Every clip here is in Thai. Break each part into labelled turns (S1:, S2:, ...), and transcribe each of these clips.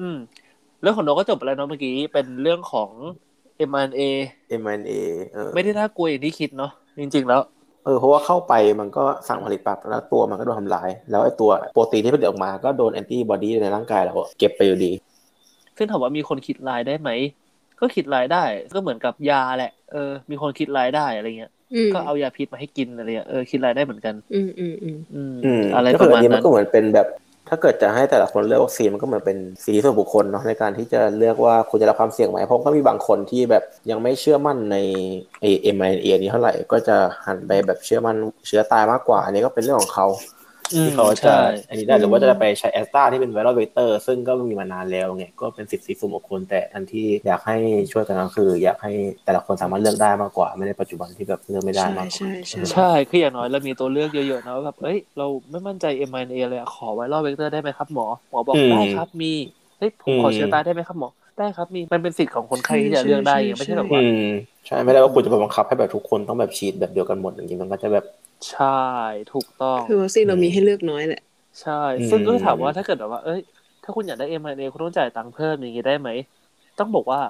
S1: อืม เรื่องของโนก็จบไปแล้วเนาะเมื่อกี้เป็นเรื่องของ M&A
S2: M&A เออ
S1: ไม่ได้น่ากลัวอย่างที่คิดเนาะจริง ๆ แล้ว
S2: เออเพราะว่าเข้าไปมันก็สั่งผลิตปั๊บแล้วตัวมันก็โดนทำลาย แล้วไอ้ตัวโปรตีนที่ผลิตออกมาก็โดนแอนติบอดีในร่างกายเราเก็บไปอยู่ดี
S1: ซึ่งถามว่ามีคนคิดลายได้ไหม ก็คิดลายได้ ก็เหมือนกับยาแหละเออมีคนคิดลายได้อะไรเงี้ย
S3: อืม
S1: ก็เอายาพิษมาให้กินอะไรเงี้ยเออคิดลายได้เหมือนกัน
S3: อืมอืมอืม
S1: อืม
S2: อืม
S1: อะไร
S2: แล้ว
S1: ป
S2: ก็
S1: ระ
S2: แบบ
S1: มาณ
S2: นี้มั
S1: นั้น น
S2: ก็เหมือนเป็นแบบ ถ้าเกิดจะให้แต่ละคนเลือกวัคซีนมันก็เหมือนเป็นสีส่วนบุคคลเนาะในการที่จะเลือกว่าคุณจะรับความเสี่ยงไหมเพราะก็มีบางคนที่แบบยังไม่เชื่อมั่นในไอเอ็มไอเอนี้เท่าไหร่ก็จะหันไปแบบเชื่อมั่นเชื้อตายมากกว่า อันนี้ก็เป็นเรื่องของเขา
S1: อืม
S2: ที่เขาจะ
S1: ใช่
S2: อันนี้ได้หรือว่าจะไปใช้แอสตราที่เป็นไวรัลเวกเตอร์ซึ่งก็มีมานานแล้วไงก็เป็นสิทธิส่วนบุคคลแต่อันที่อยากให้ช่วยกันก็คือ อยากให้แต่ละคนสามารถเลือกได้มากกว่า ไม่ได้ปัจจุบันที่แบบเลือกไม่ได้
S3: ใช่
S2: มากกว่า
S3: ใช่ใช่
S1: ใช่ คืออย่างน้อยเรามีตัวเลือกเยอะๆนะว่าแบบ เอ้ย เราไม่มั่นใจ m อ n a เลยอะขอไวรัลเวกเตอร์ได้ไหมครับหมอ หมอบอกได้ครับ มี เฮ้ย ผมขอเชื้อตายได้ไหมครับหมอ ได้ครับ มี มันเป็นสิทธิ์ของคนไข้ที่จะเลือกได้ไงไม่ใช่แบบว่า
S2: อืมใช่ไม่ได้ว่าคุณจะไปบังคับให้แบบทุกคนต้องแบบฉีดแบบเดียวกันหมดอย่างนี้มันก็จะแบบ
S1: ใช่ ถูกต้อง
S3: คือวัคซีนเรามีให้เลือกน้อยแหละ
S1: ใช่
S2: อืม
S1: ซึ่งก็ถามว่าถ้าเกิดแบบว่า เอ้ย ถ้าคุณอยากได้ m อ n a คุณต้องจ่ายตังค์เพิ่มอย่างงี้ได้ไหม ต้องบอกว่า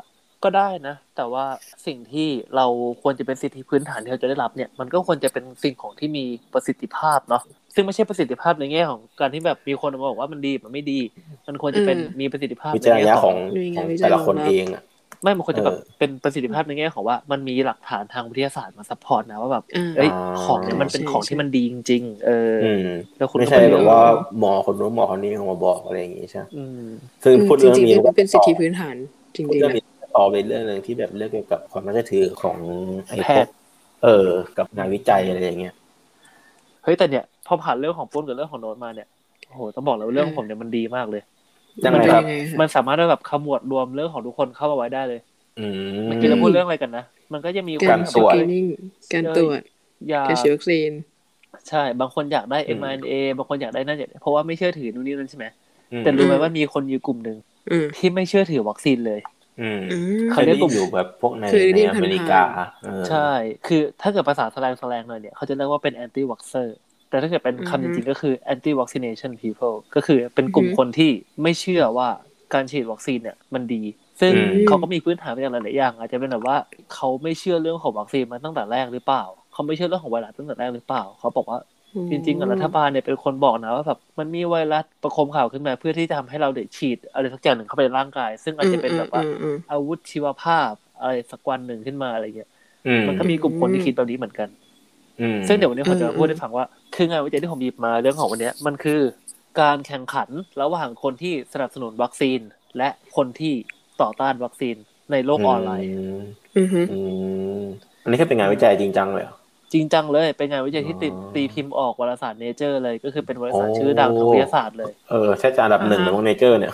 S1: ก็ได้นะ แต่ว่าสิ่งที่เราควรจะเป็นสิทธิพื้นฐานที่เราจะได้รับเนี่ย มันก็ควรจะเป็นสิ่งของที่มีประสิทธิภาพเนาะ ซึ่งไม่ใช่ประสิทธิภาพในแง่ของการที่แบบมีคนมาบอกว่ามันดีมันไม่ดี มันควรจะเป็น
S3: อืม
S1: มีประสิทธิภาพ
S2: วิจารณ
S1: ใน
S2: ญา
S1: แง่
S2: ณของ
S3: หน่วย
S2: ข
S3: งา
S2: อน ง
S3: วิจารณ์
S2: แต่ละคน
S3: รองรับ
S2: เองอ่ะ
S1: ไม่มันควรจะแบบ
S2: เออ
S1: เป็นประสิทธิภาพในแง่ของว่า มันมีหลักฐานทางวิทยาศาสตร์มาซัพพอร์ตนะว่าแบบ
S3: อ่า
S1: เอ้ยของเนี่ยมันเป็น
S3: ใช่
S1: ของ
S3: ใช่
S1: ที่มันดีจริงๆเอออ
S2: อืม
S1: แล้วคุณ
S2: ไม่
S1: ก็
S2: ใช่
S1: ป
S2: แบบ
S1: เลือก
S2: ว่าหมอคนนู้นหมอคนนี้มาบอกอะไรอย่างงี้ใช่ไหม
S1: อืม
S2: ซึ่งพูด
S3: จ
S2: เรื่อง
S3: ริงๆ
S2: นี้
S3: เนี่ยมันเป็นสิทธิพื้นฐานจ
S2: พูด
S3: ริง
S2: เรื่อ
S3: ๆ
S2: ง
S3: นะ
S2: นี้ต่อไปเรื่องหนึ่งที่แบบเรื่องเกี่ยวกับความน่าเชื่อถือของไอ้พ
S1: แพท
S2: วก
S1: ย์
S2: เออ กับงานวิจัยอะไรอย่างเงี้ย
S1: เฮ้ยแต่เนี่ยพอผ่านเรื่องของปุ้นกับเรื่องของโน้ตมาเนี่ยโอ้โหต้องบอกเลยว่าเรื่องของผมเนี่ยมันดีมากเลย
S2: ยัง
S3: มั
S2: ไง
S3: เป็น
S2: ครั
S3: ยั
S2: บ
S3: งไงคะ
S1: มันสามารถได้แบบขมวดรวมเรื่องของทุกคนเข้ามาไว้ได้เลย
S2: อืม
S1: เมื่อกี้เราพูดเรื่องอะไรกันนะ มันก็จะมี
S2: การ
S1: แบบ
S2: ตรวจ
S3: สกรีนิ่งการตรวจ
S1: ยา
S3: การฉีดวัคซีน
S1: ใช่ บางคนอยากได้
S2: อืม
S1: mRNA บางคนอยากได้นั่นอยากได้เพราะว่าไม่เชื่อถือนู่นนี่นั่นใช่ไหม
S2: อืม
S1: แต่รู้ไหม
S3: อืม
S1: ว่ามีคนอยู่กลุ่มหนึ่ง
S3: อืม
S1: ที่ไม่เชื่อถือวัคซีนเลย
S2: อืม
S3: อืม
S2: เคยได้อยู่แบบพวกใน
S3: เคยได้
S2: ใน
S3: ยิน
S2: อเมริกาเออ
S1: ใช่ คือถ้าเกิดภาษาแสลงแสลงหน่อยเนี่ยเขาจะเรียกว่าเป็น anti vaxxer แต่ถ้าเกิดเป็น
S3: อือฮึ
S1: คำจริงๆก็คือ anti vaccination people ก็คือเป็นกลุ่ม
S3: อือฮึ
S1: คนที่ไม่เชื่อว่าการฉีดวัคซีนเนี่ยมันดี ซึ่ง
S3: อืม
S1: เขาก็มีพื้นฐานเป็นอย่างหลายๆอย่าง อาจจะเป็นแบบว่าเขาไม่เชื่อเรื่องของวัคซีนมาตั้งแต่แรกหรือเปล่า เขาไม่เชื่อเรื่องของไวรัสตั้งแต่แรกหรือเปล่า เขาบอกว่าจริงๆอะรัฐบาลเนี่ยเป็นคนบอกนะว่าแบบมันมีไวรัสประคมข่าวขึ้นมาเพื่อที่จะทำให้เราเด็กฉีดอะไรสักอย่างหนึ่งเข้าไปในร่างกาย ซึ่งอาจจะเป็นแบบว่า
S3: อืมอืมอืม
S1: อาวุธชีวภาพอะไรสักวันหนึ่งขึ้นมาอะไรเงี้ย
S2: อืม
S1: มันก็มีกลุ่มคนที่คิดแบบนี้เหมือนกัน
S2: อืม
S1: ซึ่งเดี๋ยววันนี้ผมจะมา
S3: อืม
S1: พูดให้ฟังว่า คืองานวิจัยที่ผมหยิบมาเรื่องของวันเนี้ยมันคือการแข่งขันระหว่างคนที่สนับสนุนวัคซีน และคนที่ต่อต้านวัคซีนในโลกออนไลน์
S2: ม
S3: อือฮึ
S2: อืมอันนี้แค่เป็นงานวิจัยจริงจังเลยเหรอ
S1: จริงจังเลยเป็นงานวิจัยที่ติด
S2: อ๋อ
S1: ตีพิมพ์ออกวารสารเนเจอร์เลยก็คือเป็นวารสาร
S2: โอ้
S1: ชื่อดังทางวิทยาศาสตร์เลย
S2: เออแค่จะอันดับหนึ่งในวงเนเจอร์เนี่ย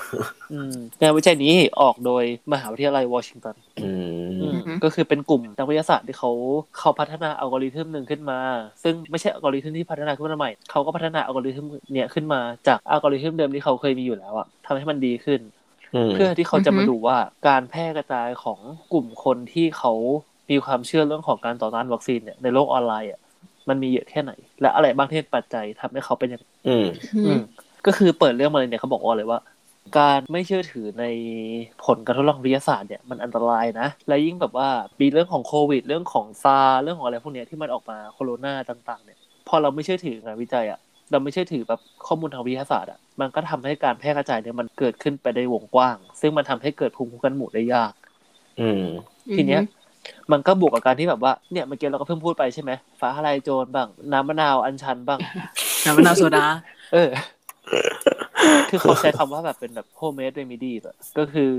S1: อืมงานวิจัยนี้ออกโดยมหาวิทยาลัยวอชิงตัน
S2: อืม
S1: อืมก็คือเป็นกลุ่มนักวิทยาศาสตร์ที่เขาเขาพัฒนาอัลกอริทึมหนึ่งขึ้นมา ซึ่งไม่ใช่อัลกอริทึมที่พัฒนาขึ้นมาใหม่ เขาก็พัฒนาอัลกอริทึมเนี้ยขึ้นมาจากอัลกอริทึมเดิมที่เขาเคยมีอยู่แล้วอะทำให้มันดีขึ้น
S2: ม
S1: เพื่อที่เขาจะมาดูว่าการแพร่กระจายของกลุ่มคนที่เขามีความเชื่อเรื่องของการต่อต้านวัคซีนเนี่ยในโลกออนไลน์อะมันมีเยอะแค่ไหน และอะไรบ้างที่เป็นปัจจัยทำให้เขาเป็นอย่าง
S2: อืม
S1: อืมก็คือเปิดเรื่องมาเลยเนี่ยเขาบอกว่าเลยว่า การไม่เชื่อถือในผลการทดลองวิทยาศาสตร์เนี่ยมันอันตรายนะ และยิ่งแบบว่ามีเรื่องของโควิด เรื่องของซาร์เรื่องของอะไรพวกเนี้ยที่มันออกมาโคโรนาต่าง ๆ เนี่ยพอเราไม่เชื่อถืองานวิจัยอะเราไม่เชื่อถือแบบข้อมูลทางวิทยาศาสตร์อะมันก็ทำให้การแพร่กระจายเนี่ยมันเกิดขึ้นไปในวงกว้าง ซึ่งมันทำให้เกิดภูมิคุ้มกันหมู่ได้ยาก
S2: อืม
S1: ทีเนี้ยมันก็บวกกับการที่แบบว่าเนี่ยเมื่อกี้เราก็เพิ่งพูดไปใช่ไหมฟ้าทะลายโจรบ้างน้ำมะนาวอัญชันบ้าง
S3: น้ำมะนาวโซดา
S1: เออ คือเขาใช้คำว่าแบบเป็นแบบโฮเมดเรมิดี้แบบก็คือ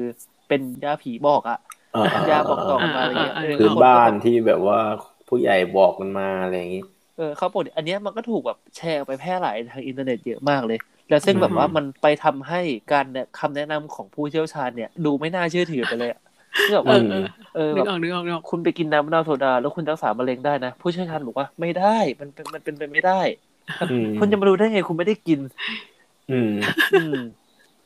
S1: เป็นยาผีบอกอะ
S2: อ่
S1: ยาบอกต่อ
S2: อ่า
S1: มาอะไรเงี้ย
S3: อ่า
S1: เออ
S2: พื้น
S1: คก็
S2: บ้านที่แบบว่าผู้ใหญ่บอกมันมาอะไรอย่างงี้
S1: เออเขาบอกเนี่ยอันเนี้ยมันก็ถูกแบบแชร์ไปแพร่หลายทางอินเทอร์เน็ตเยอะมากเลย แล้วซึ่งแบบว่ามันไปทำให้การเนี่ยคำแนะนำของผู้เชี่ยวชาญเนี่ย ดูไม่น่าเชื่อถือไปเลยอะคือแบบ
S3: เอ
S1: ว่า
S3: อ
S2: ม
S3: เออ
S1: เออ
S3: นึ
S1: แบ
S3: ก
S1: บ
S3: ออกนึกออกนึกออก
S1: คุณไปกินน้ำมะนาวโซดาแล้วคุณรักษามะเร็งได้นะ ผู้เชี่ยวชาญบอกว่าไม่ได้มันเป็นมันเป็นไปไม่ได้
S2: อืม
S1: คุณจะมารู้ได้ไงคุณไม่ได้กิน
S2: อืม
S1: อืม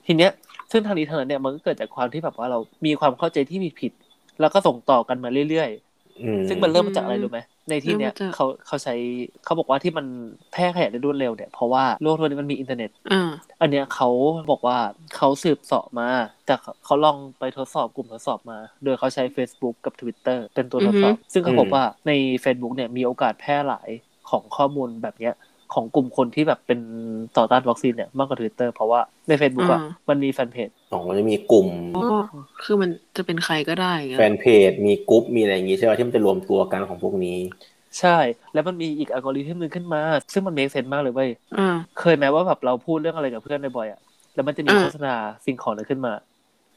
S1: ทีเนี้ยซึ่งทางนี้ทางนั้นเนี่ยมันก็เกิดจากความที่แบบว่าเรามีความเข้าใจที่ผิดผิดๆแล้วก็ส่งต่อกันมาเรื่อย
S2: อืม
S1: ซึ่งมันเริ่มมาจากอะไรรู้ไหมในที่เนี้ย
S3: เริ่มมาจาก
S1: เขาเขาใช้เขาบอกว่าที่มันแพร่ขยายได้รวดเร็วเนี่ยเพราะว่าโลกทุกวันนี้มันมีอินเทอร์เน็ต
S3: อ่า
S1: อันเนี้ยเขาบอกว่าเขาสืบเสอบมาจากเขาลองไปทดสอบกลุ่มทดสอบมา โดยเขาใช้ Facebook กับ Twitter เป็นตัวทดสอบ ซึ่งเขาพบว่าใน Facebook เนี่ยมีโอกาสแพร่หลายของข้อมูลแบบเนี้ยของกลุ่มคนที่แบบเป็นต่อต้านวัคซีนเนี่ยมากกว่า Twitter เพราะว่าใน Facebook อ่ะ
S3: อ่า
S1: มันมีแฟนเพจ
S2: อ๋อมันจะมีกลุ่ม
S3: อ๋อคือมันจะเป็นใครก็ได้อย่างเงี้ย
S2: แฟนเพจ มีกรุ๊ปมีอะไรอย่างงี้ใช่ไหมที่มันจะรวมตัวกันของพวกนี้
S1: ใช่ แล้วมันมีอีกอัลกอริทึมหนึ่งขึ้นมา ซึ่งมันเมคเซนมากเลยเว้ย
S3: อ่า
S1: เคยไหมว่าแบบเราพูดเรื่องอะไรกับเพื่อนบ่อยๆอ่ะ แล้วมันจะมี
S3: อ่า
S1: โฆษณาสิ่งของอะไรขึ้นมา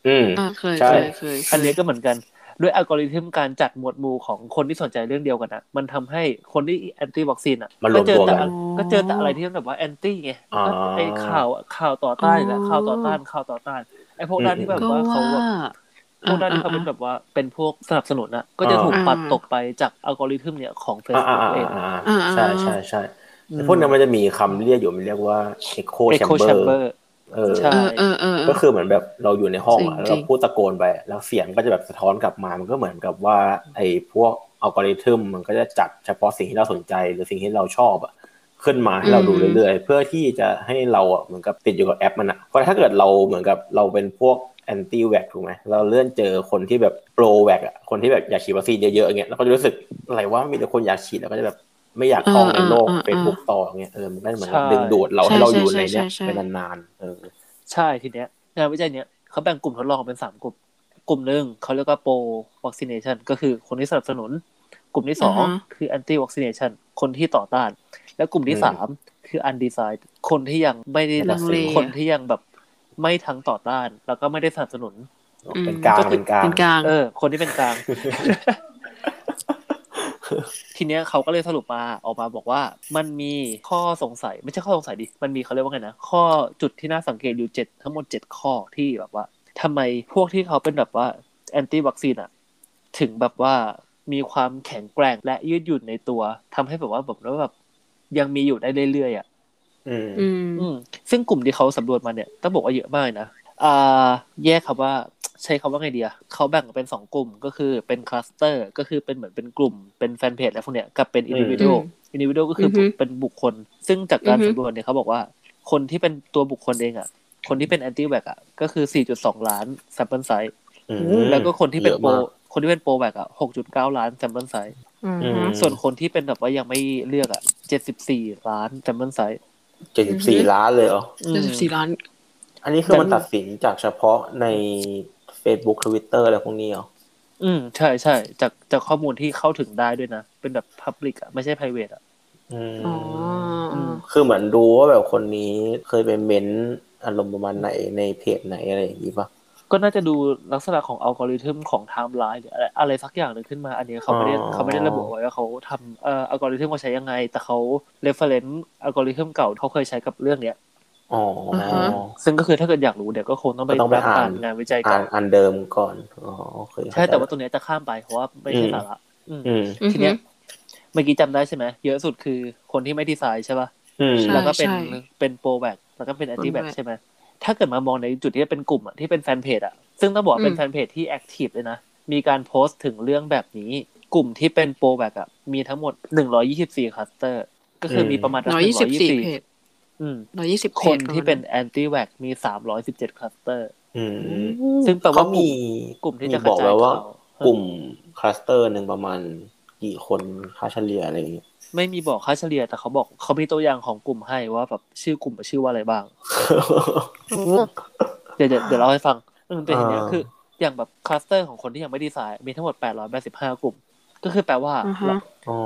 S2: อืม
S3: อ่าเคย
S2: ใช่
S3: เคยเคย
S1: อันนี้ก็เหมือนกัน ด้วยอัลกอริทึมการจัดหมวดหมู่ของคนที่สนใจเรื่องเดียวกันนะมันทำให้คนที่แอนตี้วัคซีนอ่ะ
S2: มันร
S1: ก็
S2: วม
S1: เจ
S2: ตั
S1: อ
S2: วกั
S1: แต่
S2: น
S1: อันก็เจอแต่อะไรที่มันแบบว่าแอนตี้ไง
S2: อ๋อ
S1: ก็ไอข่าวข่าวต่อต้านอีกแล้วข่าวต่อต้านข่าวต่อต้าน ไอพวกด้านที่แบบ
S3: ก็
S1: ว่า
S3: ว่า
S1: เขาแบบ พวกด้านที่
S3: อ่
S1: เขาเป็น
S3: อ่
S1: แบบว่าเป็นพวกสนับสนุนนะก็จะถูก
S3: อ่า
S1: ปัดตกไปจากอัลกอริทึมเนี่ยของเฟซ
S2: อ่า
S1: บุ๊
S2: อ่าก
S1: เอง
S2: อ่าอ่า
S3: อ่า
S2: ใช่ใช่ใช่
S1: อืม
S2: แต่พวกนั้นมันจะมีคำเรียกอยู่มันเรียกว่า echo
S1: เอ็กโคแชมเบอ
S2: chamber
S1: ร์
S2: เออ
S1: ใช่
S3: เออเออเออเอ
S2: ก็
S3: อ
S2: คือเหมือนแบบเราอยู่ในห้องอะ
S3: จริง
S2: แล้ว
S3: ๆ
S2: เราพูดตะโกนไป แล้วเสียงก็จะแบบสะท้อนกลับมา มันก็เหมือนกับว่า ไอ้พวกอัลกอริทึมมันก็จะจัดเฉพาะสิ่งที่เราสนใจ หรือสิ่งที่เราชอบอะขึ้นมาให้เราดูเรื่อยๆ เพื่อที่จะให้เราอะเหมือนกับติดอยู่กับแอปมันอะเพราะถ้าเกิดเราเหมือนกับเราเป็นพวกแอนตี้แวกถูกไหมเราเลื่อนเจอคนที่แบบโปรแวกอะคนที่แบบอยากฉีดวัคซีนเยอะๆอย่างเงี้ยเราก็จะรู้สึกอะไรว่ามีแต่คนอยากฉีดแล้วก็จะแบบไม่อยากเข้าในโลก
S3: อ่าอ่าอ่า
S2: เฟซบุ๊กต่ออย่างเงี้ยเออมันก็เหมือนกับ
S1: ใช่
S2: ดึงดูดเราให้เราอยู่ในเนี้ยเป็นนานๆเออ
S1: ใช่ทีเนี้ยงานวิจัยเนี้ยเขาแบ่งกลุ่มทดลองออกเป็นสามกลุ่ม กลุ่มหนึ่งเขาเรียกว่าโปรวัคซีเนชันก็คือคนที่สนับสนุน กลุ่มที่สอง
S3: อ่าฮะ
S1: คือแอนตี้วัคซีเนชันคนที่ต่อต้าน และกลุ่มที่
S2: อืม
S1: สามคืออันดีไซน์คนที่ยังไม่ได้
S2: ลังเล
S1: คนที่ยังแบบไม่ทั้งต่อต้าน แล้วก็ไม่ได้สนับสนุน
S3: อืม
S2: เป็นกลางเป็นกลาง
S3: เป็นกลาง
S1: เออ คนที่เป็นกลาง ทีเนี้ยเขาก็เลยสรุปมาออกมาบอกว่า มันมีข้อสงสัย ไม่ใช่ข้อสงสัยดิ มันมีเขาเรียกว่าไงนะ ข้อจุดที่น่าสังเกตอยู่เจ็ดทั้งหมดเจ็ดข้อที่แบบว่าทำไมพวกที่เขาเป็นแบบว่าแอนตี้วัคซีนอะถึงแบบว่ามีความแข็งแกร่งและยืดหยุ่นในตัวทำให้แบบว่าแบบว่าแบบยังมีอยู่ได้เรื่อยๆอะ
S2: อืม
S3: อืม
S1: อืมซึ่งกลุ่มที่เขาสำรวจมาเนี่ยต้องบอกว่าเยอะมากนะอ่าแยกคำว่าใช้คำว่าไงดีอะเขาแบ่งเป็นสองกลุ่มก็คือเป็นคลัสเตอร์ก็คือเป็นเหมือนเป็นกลุ่มเป็นแฟนเพจอะไรพวกเนี้ยกับเป็นอินดิวิโด
S3: อืม
S1: อินดิวิโดก็คืออ
S3: อฮึ
S1: เป็นบุคคล ซึ่งจากการ
S3: อือฮึ
S1: สำรวจเนี่ยเขาบอกว่า คนที่เป็นตัวบุคคลเองอะคนที่เป็นแอนตี้แวกอะก็คือ 4.2 ล้านแซมเปิลไซส์แล้วก็คนที่เป็น
S2: เยอะ
S1: โปร
S2: มาก
S1: คนที่เป็นโปรแวกอะ6.9 ล้านแซมเปิลไซส์
S3: อืม
S2: ม
S1: ส่วนคนที่เป็นแบบว่ายังไม่เลือกอะ74 ล้านแซมเปิลไซส์
S2: เจ็ดสิบสี่
S3: อืม
S2: ล้านเลยเหรอ
S1: อืม
S3: เจ็ดสิบสี่ล้าน
S2: อันนี้คือมัน
S3: แต่
S2: ตัดสินจากเฉพาะใน Facebook Twitter อะไรพวกนี้เหรอ
S1: อืมใช่ใช่จากจากข้อมูลที่เข้าถึงได้ด้วยนะ เป็นแบบพับลิกอะไม่ใช่ p r i v a t อะ
S2: อืม
S3: อ๋ออ
S1: ม
S2: คือเหมือนดูว่าแบบคนนี้เคยไปเม้นต์อารมณ์ประมาณไหนในเพจไหนอะไรอย่างนี้ปะ
S1: ก็น่าจะดูลักษณะของอัลกอริทึมของไทม์ไลน์หรืออะไรอะไรสักอย่างหนึ่งขึ้นมา อันนี้เขาไม่ได้
S2: อ๋อ
S1: เขาไม่ได้ระบุไว้ว่าเขาทำเอ่ออัลกอริทึมเขาใช้ยังไง แต่เขาเรฟเฟรนซ์อัลกอริทึมเก่าเขาเคยใช้กับเรื่องเนี้ย
S2: อ๋ออา
S3: ฮะ
S1: ซึ่งก็คือถ้าเกิดอยากรู้เดี๋ยวก็คงต้องไป
S2: ก็ต้องไปอ่าน
S1: งานวิจัย
S2: อ่า
S1: เก่าน
S2: อันเดิมก่อน อ๋อโอเค
S1: ใช่แต่ว่าตรงเนี้ยจะข้ามไปเพราะว่าไม่ใช่สาระอืม
S2: อืม
S1: ทีเนี้ยเมื่อกี้จำได้ใช่ไหมเยอะสุดคือคนที่ไม่ดีไซน์ใช่ปะ
S2: อืม
S3: ใช่
S1: แล้วก็เป็น
S3: ใช่
S1: เป็นโปรแบกแล้วก็เป็นแอนตี้แบก
S3: Pro-back
S1: ใช่ไหมถ้าเกิดมามองในจุดที่เป็นกลุ่มอะที่เป็นแฟนเพจอะซึ่งต้องบอกว่า
S3: อืม
S1: เป็นแฟนเพจที่แอคทีฟเลยนะ มีการโพสต์ถึงเรื่องแบบนี้ กลุ่มที่เป็นโปรแบกอะมีทั้งหมด 124คลัสเตอร์ ก็คืออ
S2: ม
S1: มีประมาณ
S3: ร้อยยี่สิบสี่เพจ
S1: 124อืม
S3: ร้อยยี่สิบ
S1: คนที่เป็นแอนตี้แวกมี 317คลัสเตอร์
S2: อืม
S1: ซึ่งแปลว่า
S2: เขามี
S1: กลุ่มที่
S2: มี
S1: จะก
S2: บ
S1: ระ
S2: อก
S1: จา
S2: ไว้
S1: ย
S2: ว่า
S1: ข่าว
S2: กลุ่มคลัสเตอร์หนึ่งประมาณกี่คนค่าเฉลี่ยอะไรอย่างเงี้ย
S1: ไม่มีบอกค่าเฉลี่ยแต่เขาบอกเขามีตัวอย่างของกลุ่มให้ว่าแบบชื่อกลุ่มชื่อว่าอะไรบ้าง เดี๋ยวเดี๋ยวเดี๋ยวเล่าให้ฟังอืมเป็นอย่างเนี้ย
S2: อ่า
S1: คืออย่างแบบคลัสเตอร์ของคนที่ยังไม่ดีไซน์มีทั้งหมด 885 กลุ่ม ก็คือแปลว่า
S3: อ่าฮะ
S2: อ๋อ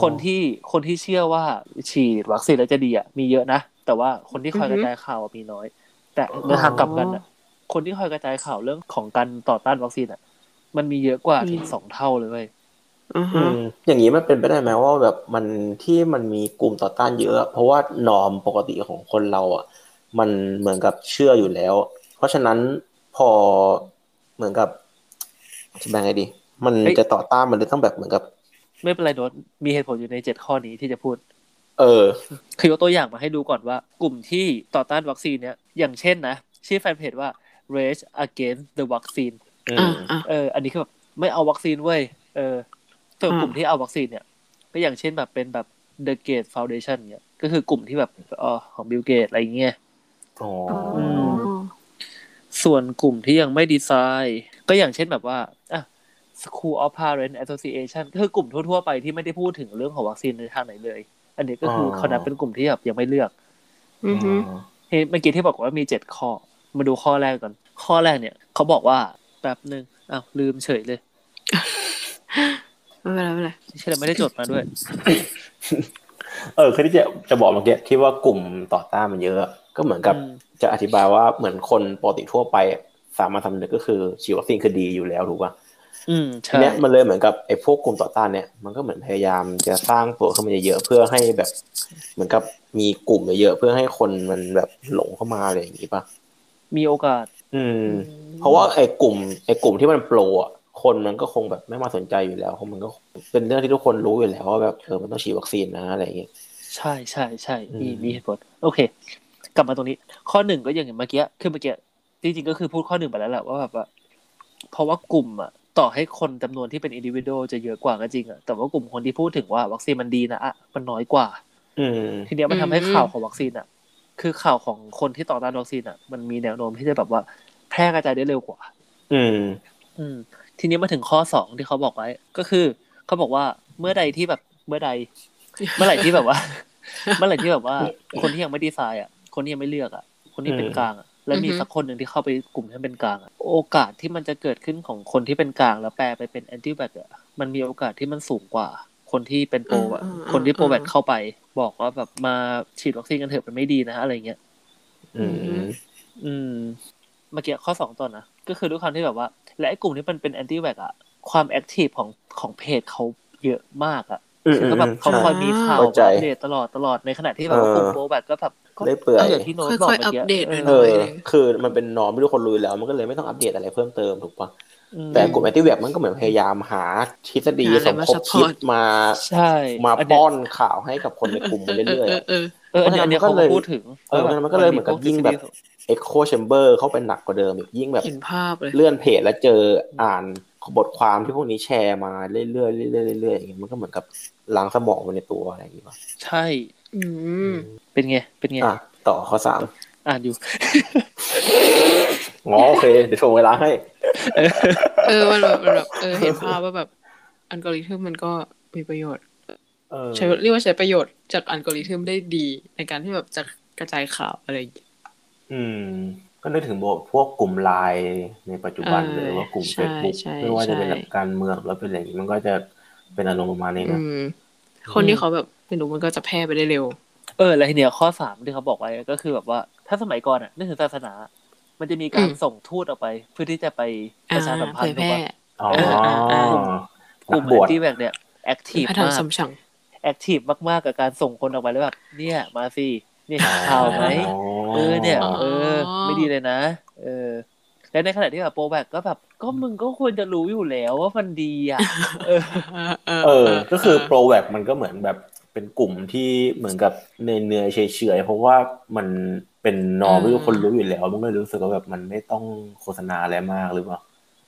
S1: คนที่คนที่เชื่อว่าฉีดวัคซีนแล้วจะดีอ่ะมีเยอะนะ แต่ว่าคนที่คอยก
S3: อือฮึ
S1: ระจายข่าวอะมีน้อย แต่ในทางกลับกันอ่ะคนที่คอยกระจายข่าวเรื่องของการต่อต้านวัคซีนอ่ะมันมีเยอะกว่าถึงสองเท่าเลยเว้ย
S3: อ่า
S2: อื
S3: ฮะ
S2: มอย่างนี้มันเป็นไปได้ไหมว่าแบบมันที่มันมีกลุ่มต่อต้านเยอะ เพราะว่านอมปกติของคนเราอ่ะ มันเหมือนกับเชื่ออยู่แล้ว เพราะฉะนั้นพอเหมือนกับจะแบ่งไงดี มัน
S1: เฮ้ย
S2: จะต่อต้านมันเลยต้องแบบเหมือนกับ
S1: ไม่เป็นไรโน้ตมีเหตุผลอยู่ในเจ็ดข้อนี้ที่จะพูด
S2: เออ
S1: คือยกตัวอย่างมาให้ดูก่อนว่ากลุ่มที่ต่อต้านวัคซีนเนี่ยอย่างเช่นนะชื่อแฟนเพจว่า rage against the vaccine
S2: อื
S3: อ่าม อ่า
S1: เออ อันนี้คือแบบไม่เอาวัคซีนเว้ย เออ ส่วน
S3: อ่าก ก
S1: ลุ่มที่เอาวัคซีนเนี่ย ก็อย่างเช่นแบบเป็นแบบ The Gates Foundation เนี่ยก็คือกลุ่มที่แบบเออของบิลเกตอะไรอย่างเงี้ย
S2: อ๋อ
S1: อืม ส่วนกลุ่มที่ยังไม่ดีไซน์ ก็อย่างเช่นแบบว่าอ่ะ School of Parent Association ก็คือกลุ่มทั่ว ๆ ไปที่ไม่ได้พูดถึงเรื่องของวัคซีนในทางไหนเลย อันนี้ก็คือเขานับเป็นกลุ่มที่แบบยังไม่เลือก
S3: อือฮึ
S1: เฮ้ยเมื่อกี้ที่บอกว่ามีเจ็ดข้อ มาดูข้อแรกก่อน ข้อแรกเนี่ยเขาบอกว่าแป๊บหนึ่งอ้าวลืมเฉยเลย
S3: ไม่เป็นไรไม่เป็นไร
S1: ที่เชื่อไม่ได้จดมาด้วย
S2: เออคือที่จะจะบอกเมื่อกี้ที่ว่ากลุ่มต่อต้านมันเยอะ ก็เหมือนกับ
S1: อืม
S2: จะอธิบายว่าเหมือนคนปกติทั่วไปสามารถทำนึกก็คือฉีดวัคซีนคือดีอยู่แล้วถูกป่ะ
S1: อืม
S2: ที
S1: ใช่
S2: เนี้ยมันเลยเหมือนกับไอ้พวกกลุ่มต่อต้านเนี่ยมันก็เหมือนพยายามจะสร้างตัวขึ้นมาเยอะๆเพื่อให้แบบ เหมือนกับมีกลุ่มเยอะๆเพื่อให้คนมันแบบหลงเข้ามาอะไรอย่างนี้ป่ะ
S1: มีโอกาส
S2: อืม เพราะว่าไอ้กลุ่มไอ้กลุ่มที่มันโปรอ่ะคนมันก็คงแบบไม่มาสนใจอยู่แล้วคงมันก็เป็นเรื่องที่ทุกคนรู้อยู่แล้วว่าแบบเออมันต้องฉีดวัคซีนนะอะไรอย่างเงี้ย
S1: ใช่ใช่ใช่มี
S2: อืม
S1: มีเหตุผลโอเค กลับมาตรงนี้ ข้อหนึ่งก็อย่างเมื่อกี้คือเมื่อกี้จริงๆก็คือพูดข้อหนึ่งไปแล้วแหละว่าแบบว่าเพราะว่ากลุ่มอ่ะต่อให้คนจำนวนที่เป็นอินดิวิโดจะเยอะกว่าก็จริงอ่ะแต่ว่ากลุ่มคนที่พูดถึงว่าวัคซีนมันดีนะอ่ะมันน้อยกว่า
S2: อืม
S1: ทีเนี้ยมันทำให้ข่าวของวัคซีนอ่ะ คือข่าวของคนที่ต่อต้านวัคซีนอ่ะ มันมีแนวโน้มที่จะแบบว่าแพร่กระจายได้เร็วกว่า
S2: อืม
S1: อืม ทีนี้มาถึงข้อสองที่เขาบอกไว้ ก็คือเขาบอกว่าเมื่อใดที่แบบเมื่อใด เมื่อไหร่ที่แบบว่า เมื่อไหร่ที่แบบว่า คนที่ยังไม่ดีไซน์อ่ะ คนที่ยังไม่เลือกอ่ะ คนที่เป็นกลางอ่ะ แล้วมีสักคนหนึ่งที่เข้าไปกลุ่มที่เป็นกลางอ่ะ โอกาสที่มันจะเกิดขึ้นของคนที่เป็นกลาง แล้วแปลไปเป็นแอนตี้แบอ่ะ มันมีโอกาสที่มันสูงกว่า คนที่เป็นโปรอะ
S3: อืมอืมอืม
S1: คนที่โปรแบตเข้าไป บอกว่าแบบมาฉีดวัคซีนกันเถอะมันไม่ดีนะอะไรเงี้ย
S2: อืม
S1: อืมเมื่อกี้ข้อสองต้นนะก็คือด้วยความที่แบบว่า และไอ้กลุ่มที่มันเป็นแอนตี้แวกอะความแอคทีฟของของเพจเขาเยอะมากอะคือเขาแบบเขาคอยมีข่าว
S2: เข้าใจ
S1: อัปเดตตลอดตลอดในขณะที่แบบว่า
S2: เออก
S1: ลุ่มโปรแบกก็แบบก็
S2: เรื่อยเปื่อย
S1: อย่างที่โน้ตบอก
S3: ค่อย
S1: เมื่อ
S3: ๆอัป
S1: กี้
S3: เดตหน่
S2: เอ
S3: อย
S2: อ
S3: ๆเลย
S2: คือมันเป็นนอมที่ทุกคนรู้อยู่แล้ว มันก็เลยไม่ต้องอัปเดตอะไรเพิ่มเติมถูกปะ
S1: อืม
S2: แต่กลุ่มแอนตี้แวบมันก็เหมือนพยายามหาทฤษฎีสมคบคิดมา
S1: ใช่
S2: มา
S1: อันเนี้ย
S2: ป้อนข่าวให้กับคนในกลุ่มเรื่อย
S3: เออเออ
S1: เอออันเนี้ยอันเนี้ย
S2: มัน
S1: เขา
S2: ก็เลย
S1: พูดถึง
S2: เออมันก็เลยเหมือนกับยิ่งแบบ ๆ echo chamber เข้าไปหนักกว่าเดิมอีกยิ่งแบบ
S3: เห็นภาพเลย
S2: เลื่อนเพจแล้วเจออ่านบทความที่พวกนี้แชร์มาเรื่อยๆเรื่อยๆเรื่อยๆอย่างเงี้ยมันก็เหมือนกับล้างสมองมันในตัวอะไรอย่างเงี้ย
S1: ใช่
S3: อืม
S1: เป็นไงเป็นไง
S2: อ่ะต่อข้อสาม
S1: อ่านอยู่
S2: อ๋อโอเค เดี๋ยวโชว์เวลาให้
S3: เออมันแบบมันแบบเอ อเห็นภาพว่าแบบอัลกอริทึมมันก็มีประโยชน์
S2: เออ
S3: ใช้เรียกว่าใช้ประโยชน์จากอัลกอริทึมได้ดี ในการที่แบบจะกระจายข่าวอะไรอย่างเงี้ย
S2: อืม ก็นึกถึงพวกกลุ่มไลน์ในปัจจุบัน
S3: เอ
S2: ห
S3: อ
S2: รือว่ากลุ่มเฟซ
S3: ใช่
S2: บุ๊ก
S3: ใช่
S2: ไม่ว่าจะเป็น
S3: ใช่
S2: แบบการเมืองแล้วเป็นอะไรอย่างงี้มันก็จะเป็นอารมณ์ประมาณนี้
S3: อื
S2: นะ
S3: ม คนที่เขาแบบไม่รู้มันก็จะแพร่ไปได้เร็ว
S1: เออแล้วทีเนี้ยข้อสามที่เขาบอกไว้ก็คือแบบว่าถ้าสมัยก่อนอ่ะนึกถึงศาสนา มันจะมีการ
S3: อืม
S1: ส่งทูตออกไป เพื่อที่จะไปป
S3: อ่า
S1: ระชาสัมพั
S3: เผ
S1: น
S3: ย
S1: ธ์
S3: แพ
S1: ถูก
S3: ร่
S1: ปะ
S2: อ๋อ
S1: เอออ่ะอ่ะ ก
S2: นั
S1: ลุ่
S2: ก
S1: มแอ
S2: บวน ช
S1: ตี้แบกเนี่ยแอคทีฟ
S3: พระธรรม
S1: มาก
S3: สำชัง
S1: แอคทีฟมากๆกับการส่งคนออกไปแล้วแบบเนี่ยมาสิเนี่ยเห็นข่าวไหม
S2: อ๋อ
S1: เออเนี่ย
S3: อ๋อ
S1: เออ ไม่ดีเลยนะ เออ และในขณะที่แบบโปรแบกก็แบบ ก็มึงก็ควรจะรู้อยู่แล้วว่ามันดีอ่ะ เออ
S2: เออ ก็คือโปรแวกมันก็เหมือนแบบเป็นกลุ่มที่เหมือนกับเนื้อๆเฉยๆเพราะว่ามันเป็นนอร์ม
S3: อืม
S2: ที่ทุกคนรู้อยู่แล้ว มันก็เลยรู้สึกว่าแบบมันไม่ต้องโฆษณาอะไรมากหรือเปล่า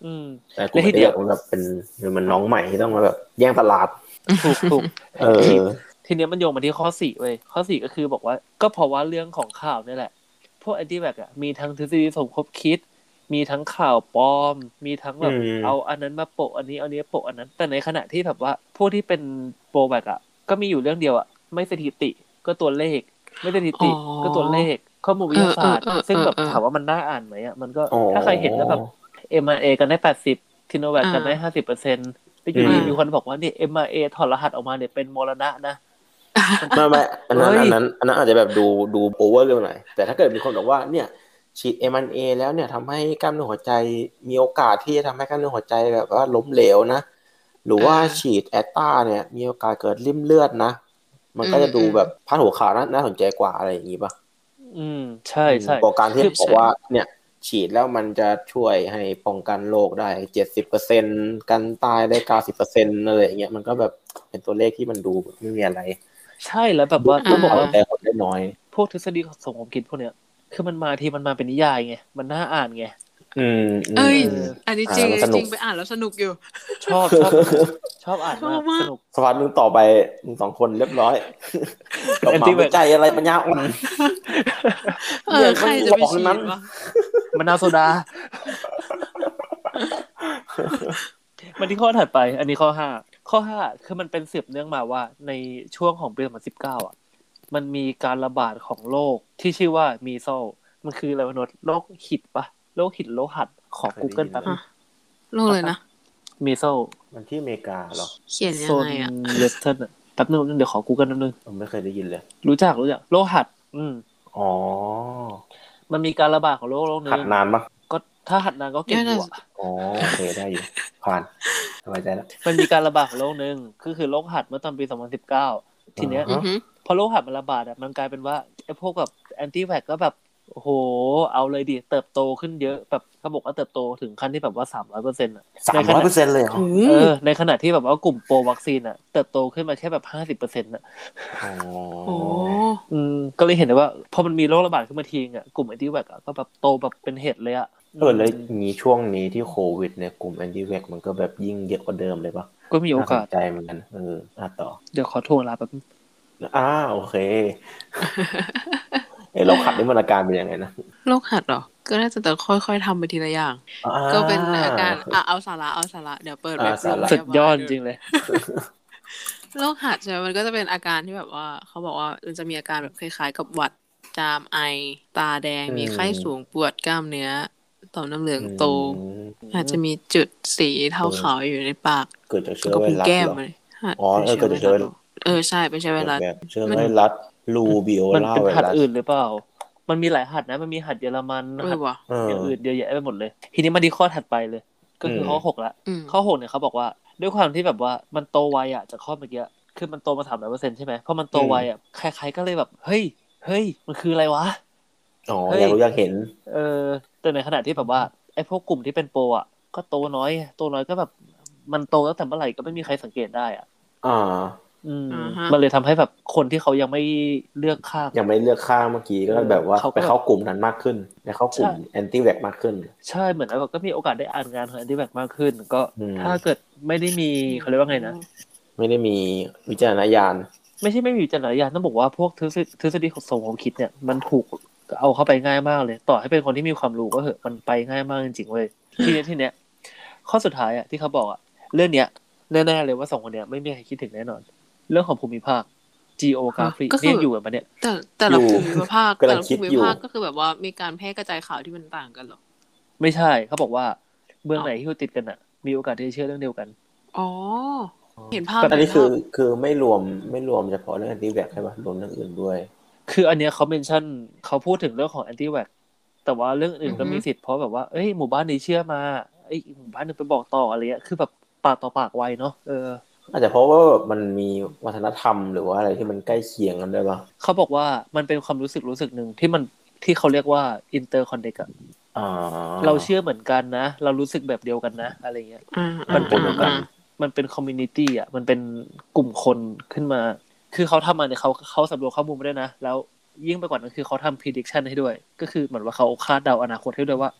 S1: อืม
S2: แต่กลุ่ม
S1: และที่เดี
S2: เดีย
S1: ยว ว
S2: มันแบบเป็นมันน้องใหม่ที่ต้องมาแบบแย่งตลาด
S1: ถูกถูก
S2: เออ
S1: ทีเนี้ยมันโยงมาที่ข้อสี่เว้ยข้อสี่ก็คือบอกว่าก็เพราะว่าเรื่องของข่าวเนี่ยแหละ พวกแอนตี้แบกอะมีทั้งทฤษฎีสมคบคิด มีทั้งข่าวปลอม มีทั้งแบบ
S2: อืม
S1: เอาอันนั้นมาโปะอันนี้เอาอันนี้มาโปะอันนั้น แต่ในขณะที่แบบว่าพวกที่เป็นโปรแบกอะก็มีอยู่เรื่องเดียวอะไม่สถิติก็ตัวเลข ไม่สถิติ
S3: อ๋อ
S1: ก็ตัวเลข ข้อมูลวิทยาศาสตร์
S3: เออเออเออ
S1: ซึ่งแบบ
S3: เออ
S1: ถามว่ามันน่าอ่านไหมอะมันก็
S2: อ๋อ
S1: ถ้าใครเห็นแล้วแบบ เอ็มเอกันได้แปดสิบทิโนแวคกันได้
S3: อ่า
S1: ห้าสิบเปอร์เซ็นต์แล้วอยู่ดี
S2: อืม
S1: มีคนบอกว่าเนี่ยเอ็มเอถอดรหัสออกมาเนี่ยเป็นมรณะนะ
S2: ไม่ไม่อันนั้น
S1: เฮ้ย
S2: อันนั้นอันนั้นอาจจะแบบดูดูโอเวอร์เร็วหน่อยแต่ถ้าเกิดมีคนบอกว่าเนี่ยฉีดเอ็มันเอแล้วเนี่ยทำให้กล้ามเนื้อหัวใจมีโอกาสที่จะทำให้กล้ามเนื้อหัวใจแบบว่าล้มเหลวนะ หรือว่า
S3: อ่า
S2: ฉีดแอตตาเนี่ย มีโอกาสเกิดริ่มเลือดนะ มันก็จะดู
S3: อืม
S2: แบบพาดหัวข่าวน่าน่าสนใจกว่าอะไรอย่างนี้ป่ะ
S1: อืม ใช่ใช่
S2: บอกการที่
S1: คือ
S2: บอกว่าเนี่ยฉีดแล้วมันจะช่วยให้ป้องกันโรคได้เจ็ดสิบเปอร์เซ็นกันตายได้เก้าสิบเปอร์เซ็นอะไรอย่างเงี้ยมันก็แบบเป็นตัวเลขที่มันดูแบบไม่มีอะไร
S1: ใช่แล้วแบบว่า
S3: อ่า
S1: ต้องบอก
S2: เอา
S1: ว่า
S2: แต่คนได้น้อย
S1: พวกทฤษฎีสมคบคิดพวกเนี้ยคือมันมาทีมันมาเป็นนิยายไง มันน่าอ่านไง
S2: อืมม
S3: เอ้ย
S2: ม
S3: อันนี้จริง
S2: อ่ามันสนุก
S3: จริงไปอ่านแล้วสนุกอยู่
S1: ชอบชอบ ช ชอบอ่าน
S3: ชอ
S1: มา
S3: บ
S1: ก
S3: มาก
S1: สนุก
S2: สวัสดีมึงต่อไปมึงสองคนเรียบร้อยกลับมา
S1: Anti-vax
S2: วิจัยอะไรปัญญาอ่อน
S3: เออใครจะไปฉี
S2: เรื่องมันบอกนั้
S3: ด
S2: น
S3: วะ
S1: มะนาวโซดา มันที่ข้อถัดไป อันนี้ข้อห้า ข้อห้าคือมันเป็นสืบเนื่องมาว่า ในช่วงของปี 2019 อ่ะ มันมีการระบาดของโรคที่ชื่อว่ามีโซลมันคืออะไรวะโนดโรคหิดปะโรคหิดโลหัดของ
S2: เคยได้ยิน
S1: Google แป๊บ
S3: โลกเลยนะ
S1: มีโซล
S2: มันที่อเมริกาเหรอ
S3: เขียนยั
S1: โซ
S3: ง
S1: น
S3: ไงอ่ะ
S1: เลสเทนอะแป๊บนึงเดี๋ยวขอ Google แป๊บนึง
S2: ผมไม่เคยได้ยินเลย
S1: รู้จักรู้จักโลหัด อืม
S2: อ๋อ
S1: มันมีการระบาดของโรคโรคหนึ
S2: หั
S1: ง
S2: ดนานปะ
S1: ก็ถ้าหัดนานก็เก่งอยู่อะ
S2: อ๋อโอเคได้อยู่ ผ่านสบายใจแล้ว
S1: มันมีการระบาดของโรคหนึ่งก็คือโรคหัดเมื่อตอนปี 2019 ทีเนี้ย
S2: อ่า
S3: อือ
S2: ฮะ
S3: หือ
S1: พอโรคหัดมันระบาดอะมันกลายเป็นว่าไอ้พวกแบบแอนตี้แวกก็แบบโอ้โห เอาเลยดิ เติบโตขึ้นเยอะแบบเขาบอกว่าเติบโตถึงขั้นที่แบบว่า 300เปอร์เซ็นต์อะ
S2: สามร้อยเปอร์เซ็นต์เลยเหรอ
S3: อื
S1: เอ
S3: ม
S1: อ ในขณะที่แบบว่ากลุ่มโปรวัคซีนอะเติบโตขึ้นมาแค่แบบ 50เปอร์เซ็นต์อะ
S2: อ๋อ
S3: โอ้
S1: อืมก็เลยเห็นได้ว่าพอมันมีโรคระบาดขึ้นมาทีนึงอะกลุ่มแอนตี้แวกอะก็แบบโตแบบเป็นเห็ดเลยอะ
S2: เออแล้วอย่างงี้ช่วงนี้ที่โควิดเนี่ยกลุ่มแอนตี้แวกมันก็แบบยิ่งเยอะกว่าเดิมเลยปะ
S1: ก็มีโอ
S2: น่าส
S1: กาส
S2: นใจเหมือนกันเอออ่ะต่อ
S1: เดี๋ยวขอทวงเวลาแบบ
S2: อ่าโอเค เอ้เราขัดนี่มันอาการเป็นยังไงนะ
S3: โรคหัดเหรอ ก็น่าจะแต่ค่อยๆทำไปทีละอย่าง
S2: อ่า
S3: ก็เป็นอาการอ่ะเอาสาระเอาสาระเดี๋ยวเปิดแบบ
S2: อ่าสาระ
S1: สุดยอดจริงเลย
S3: โรคหัดใช่ไหมมันก็จะเป็นอาการที่แบบว่า เขาบอกว่ามันจะมีอาการแบบคล้าย ๆ กับหวัดจามไอ ตาแดง
S2: อืม
S3: มีไข้สูงปวดกล้ามเนื้อต่อมน้ำเหลืองโต
S2: อืม
S3: อาจจะมีจุดสีเทาขาวอยู่ในปาก
S2: เกิดจากเชื้อ
S3: ก็
S2: ไว
S3: พุง
S2: รัส
S3: แก้ม
S2: เหรอ
S3: เลย
S2: อ๋อเออเกิดจากเชื้อไวรัส
S3: เออใช่เป็นเชื้อไวรัส
S2: แบบเชื้อ
S3: มัน
S2: ไวรัสลูบิโอ
S1: มัน
S2: ลา
S1: เป็น
S2: ไว
S1: หัด
S2: รัส
S1: อื่นหรือเปล่า มันมีหลายหัดนะ มันมีหัดเยอรมัน
S3: เอ
S1: หั
S3: อ
S1: ด
S3: ว่ะ
S2: เออ
S1: อย่าง
S2: อ
S1: อื่นเยอะแยะไปหมดเลย ทีนี้มาดีข้อถัดไปเลย ก็คือ
S2: ม
S1: ข้อหกละ
S3: อืม
S1: ข้อหกเนี่ยเขาบอกว่า ด้วยความที่แบบว่ามันโตไวอะจากข้อเมื่อกี้คือมันโตมาสามร้อยเปอร์เซ็นต์ใช่ไหมเพราะมันโตไวอะใครๆก็เลยแบบ เฮ้ย เฮ้ย มันคืออะไรวะ
S2: อ๋อ
S1: เฮ้ย
S2: อยากรู้อยากเห็น
S1: เออ แต่ในขณะที่แบบว่าไอ้พวกกลุ่มที่เป็นโปรอะก็โตน้อยไงโตน้อยก็แบบ มันโตตั้งแต่เมื่อไหร่ก็ไม่มีใครสังเกตได้อะ
S2: อ่า
S1: อืม
S3: อ่าฮะ
S1: มันเลยทำให้แบบคนที่เขายังไม่เลือกข้าง
S2: ยังไม่เลือกข้างเมื่อกี้ก็แบบว่า
S1: เขาก็
S2: ไปเข้ากลุ่มนั้นมากขึ้นไปเข้ากลุ่ม
S1: ใช่
S2: แอนตี้แวกมากขึ้น
S1: ใช่เหมือนแบบก็มีโอกาสได้อ่านงานของแอนดี้แบกมากขึ้น ก็
S2: อืม
S1: ถ้าเกิดไม่ได้มีเขาเรียกว่าไงนะ
S2: ไม่ได้มีวิจารณญาณ
S1: ไม่ใช่ไม่มีวิจารณญาณต้องบอกว่าพวกทฤษฎีทฤษฎีของสมความคิดเนี่ยมันถูกเอาเข้าไปง่ายมากเลย ต่อให้เป็นคนที่มีความรู้ก็เหอะมันไปง่ายมากจริงๆเว้ ยทีเนี้ยทีเนี้ยข้อสุดท้ายอ่ะที่เขาบอกอ่ะเรื่องเนี้ยแน่ๆเลยว่าสองคนเนี้ยไม่มีใครคิดถึงแน่นอน เรื่องของภูมิภาค geography
S3: ก็คือ
S1: เนี่ยอยู่กันปะเนี่ย
S3: แต่แต่ละ
S2: อยู่
S3: ภูมิภาค
S2: กำลั
S3: แต่
S2: ง
S3: ละ
S2: คิ
S3: ภู
S2: ด
S3: มิ
S2: อยู่
S3: ภาคก็คือแบบว่ามีการแพร่กระจายข่าวที่มันต่างกันเหรอ
S1: ไม่ใช่เขาบอกว่าเมือง
S3: อ้าว
S1: ไหนที่อยู่ติดกันอ่ะ มีโอกาสที่จะเชื่อเรื่องเดียวกัน
S3: อ๋อ เห็นภาพ
S1: แต่
S2: อันนี้
S3: เห็
S2: คือ
S3: ภาพ
S2: คือไม่รวมไม่รวมเฉพาะเรื่องแอนตี้แวกใช่ป่ะรวมเรื่องอื่นด้วย
S1: คืออันเนี้ยเขาเมนชั่นเขาพูดถึงเรื่องของแอนตี้แวกแต่ว่าเรื่องอื่นก็มีสิทธิ์เพราะแบบว่าเอ้ยหมู่บ้านนี้เชื่อมาไอ้ยอีกหมู่บ้านหนึงไปบอกต่ออะไรเงี้ยคือแบบปากต่อปากไวเนาะเออ
S2: อาจจะเพราะว่าแบบมันมีวัฒนธรรมหรือว่าอะไรที่มันใกล้เคียงกันด้วยป่ะ
S1: เขาบอกว่ามันเป็นความรู้สึกรู้สึกหนึ่งที่มันที่เขาเรียกว่าอินเตอร์คอนเดกอะ
S2: อ่า
S1: เราเชื่อเหมือนกันนะ เรารู้สึกแบบเดียวกันนะ อะไรเงี้ย
S3: อ่าอ่า
S1: มันเป็น
S3: อ่า
S1: แบบ มันเป็นคอมมูนิตี้อะมันเป็นกลุ่มคนขึ้นมา คือเขาทำมาเนี่ยเขาเขาสำรวจข้อมูลมาด้วยนะ แล้วยิ่งไปกว่านั้นคือเขาทำ prediction ให้ด้วย ก็คือเหมือนว่าเขาคาดเดาอนาคตให้ด้วยว่า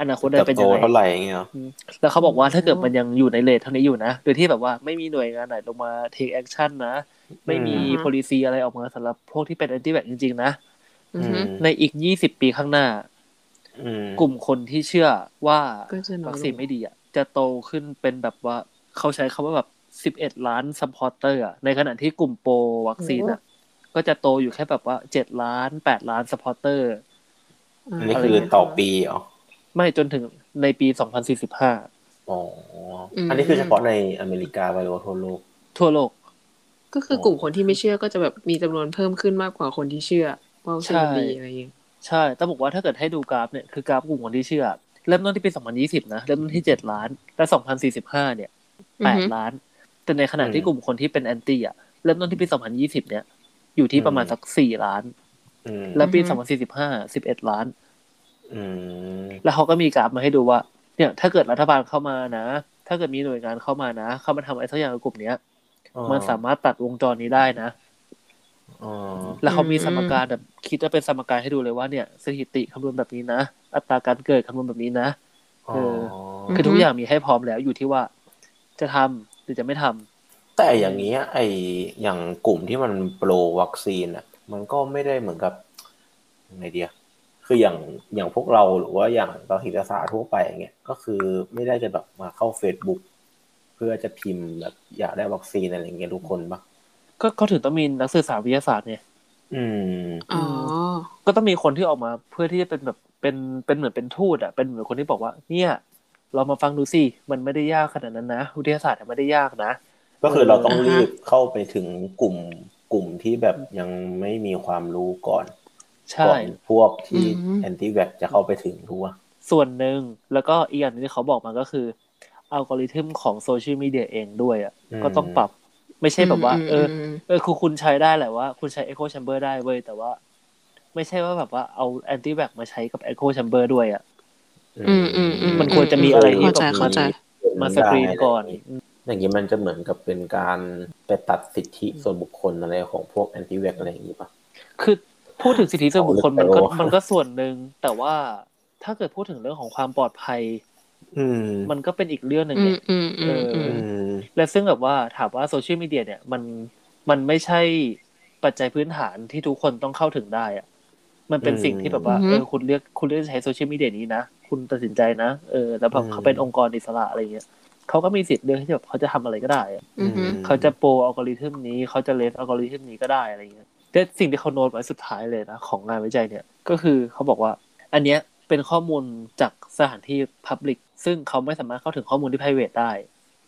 S1: อนาคต
S2: เติ
S1: จะ
S2: บ
S1: เป็น
S2: โต
S1: ยังไง
S2: เท่าไหร่อย่างเงี้ยเหรอ
S1: อืมแล้วเขาบอกว่าถ้าเกิดมันยังอยู่ในเลทเท่านี้อยู่นะ โดยที่แบบว่าไม่มีหน่วยงานไหนลงมา take action นะ ไม่มี policy อะไรออกมาสำหรับพวกที่เป็น anti vax จริง ๆ นะ
S3: อือฮึ
S1: ในอีก 20 ปีข้างหน้า
S2: อืม
S1: กลุ่มคนที่เชื่อว่า
S3: ก็จะน้อ
S1: วั
S3: ย
S1: ค
S3: ล
S1: ซีน
S3: ง
S1: ไม่ดีอ่ะ จะโตขึ้นเป็นแบบว่าเขาใช้คำว่าแบบ 11 ล้าน supporter อ่ะ ในขณะที่กลุ่มโปรวัคซีนอ่ะ ก็จะโตอยู่แค่แบบว่า 7 ล้าน 8 ล้าน supporter
S2: อันนี้คือต่อปีเหรอ
S1: ไม่จนถึงในปี 2045
S2: อ๋ออ
S3: ม
S2: อันนี้คือเฉพาะในอเมริกาไปหรือว่าทั่วโลก
S1: ทั่วโลก
S3: ก็คือกลุ่มคนที่ไม่เชื่อก็จะแบบมีจำนวนเพิ่มขึ้นมากกว่าคนที่เชื่อว่าวัคซีนมันดี
S1: ใช่
S3: อะไรอย่างเงี้ย
S1: ใช่ต้องบอกว่าถ้าเกิดให้ดูกราฟเนี่ย คือกราฟกลุ่มคนที่เชื่อ เริ่มต้นที่ปี 2020 นะ เริ่มต้นที่ 7 ล้าน และ 2045 เนี่ย 8 ล้าน แต่ในขณะที่กลุ่มคนที่เป็นแอนตี้อ่ะ เริ่มต้นที่ปี 2020 เนี่ย อยู่ที่ประมาณสัก 4 ล้าน
S2: อืม
S1: และปี 2045 11 ล้าน
S2: อืม
S1: แล้วเขาก็มีกราฟมาให้ดูว่า เนี่ย ถ้าเกิดรัฐบาลเข้ามานะ ถ้าเกิดมีหน่วยงานเข้ามานะ เข้ามาทำอะไรสักอย่างกับกลุ่มเนี้ย มันสามารถตัดวงจรนี้ได้นะ
S2: อ๋อ
S1: แล้วเขามีสมการแบบคิดจะเป็นสมการให้ดูเลยว่าเนี่ยสถิติคำนวณแบบนี้นะ อัตราการเกิดคำนวณแบบนี้นะ
S2: อ๋อ
S1: คือทุกอย่างมีให้พร้อมแล้วอยู่ที่ว่าจะทำ หรือจะไม่ทำ
S2: แต่อย่างเงี้ยไออย่างกลุ่มที่มันโปรวัคซีนอ่ะ มันก็ไม่ได้เหมือนกับไงเดียคืออย่างอย่างพวกเราหรือว่าอย่างเราหิตศาสตร์ทั่วไปอย่างเงี้ยก็คือไม่ได้จะแบบมาเข้า Facebook เพื่อจะพิมพ์แบบอยากได้วัคซีนอะไรอย่างเงี้ยทุกคนปะ
S1: ก็ก็ถึงต้องมีนักสื่อสารวิทยาศาสตร์เนี่ย
S2: อืม
S3: อ๋อ
S1: ก็ต้องมีคนที่ออกมาเพื่อที่จะเป็นแบบเป็นเป็นเหมือนเป็นทูตอ่ะเป็นเหมือนคนที่บอกว่า เนี่ย เรามาฟังดูสิมันไม่ได้ยากขนาดนั้นนะวิทยาศาสตร์อะไม่ได้ยากนะ
S2: ก็คือเราต้อง
S3: อ่าฮะ
S2: รีบเข้าไปถึงกลุ่มกลุ่มที่แบบยังไม่มีความรู้ก่อน
S1: ใช่
S2: ก่อนพวกที่
S3: อืม
S2: แอนตี้แวกจะเข้าไปถึงทั่ว
S1: ส่วนหนึ่งแล้วก็อีกอย่างหนึงที่เขาบอกมาก็คืออัลกอริทึมของโซเชียลมีเดียเองด้วยอ่ะก็ต้องปรับไม่ใช่แบบว่า เออ
S3: ม
S1: เออคือคุณใช้ได้แหละว่า คุณใช้ Echo Chamber ได้เว้ยแต่ว่า ไม่ใช่ว่าแบบว่าเอา anti vax มาใช้กับ Echo Chamber ด้วยอะ่ะ
S3: อืมอืมอืม
S1: มันควรจะมีอะไรที่
S3: เข้าใจ
S1: แบบ
S3: เข้าใจ
S1: มาสกรีนก่อน
S2: อย่างนี้มันจะเหมือนกับเป็นการไปตัดสิทธิส่วนบุคคลอะไรของพวกแอนตี้แวกอะไรอย่างนี้ปะ
S1: คือพูดถึงสิทธิส่วนบุคคลมันก็
S2: เอาลึกไปวะ
S1: มันก็ส่วนหนึ่งแต่ว่าถ้าเกิดพูดถึงเรื่องของความปลอดภัย
S2: อืม
S1: มันก็เป็นอีกเรื่องหนึ่ง
S3: อื
S1: ไง
S3: มอืมอืมอืม
S2: อืม
S1: และซึ่งแบบว่าถามว่าโซเชียลมีเดียเนี่ยมันมันไม่ใช่ปัจจัยพื้นฐานที่ทุกคนต้องเข้าถึงได้อะมันเป็นสิ่งที่แบบว่า
S3: อืม
S1: เออคุณเลือกคุณเลือกจะใช้โซเชียลมีเดียนี้นะ คุณตัดสินใจนะเออแล้วแบบเขาเป็นองค์กรอิสระอะไรเงี้ยเขาก็มีสิทธิ์เลือกที่แบบเขาจะทำอะไรก็ได้อะ
S3: อืมอืม
S1: เขาจะโปรอัลกอริทึมนี้เขาจะเลสอัลกอริทึมนี้ก็ได้อะไรเงี้ยแต่สิ่งที่เขาโน้ตไว้สุดท้ายเลยนะของงานวิจัยเนี่ยก็คือเขาบอกว่า อันเนี้ยเป็นข้อมูลจากสถานที่พับลิกซึ่งเขาไม่สามารถเข้าถึงข้อมูลที่ private ได้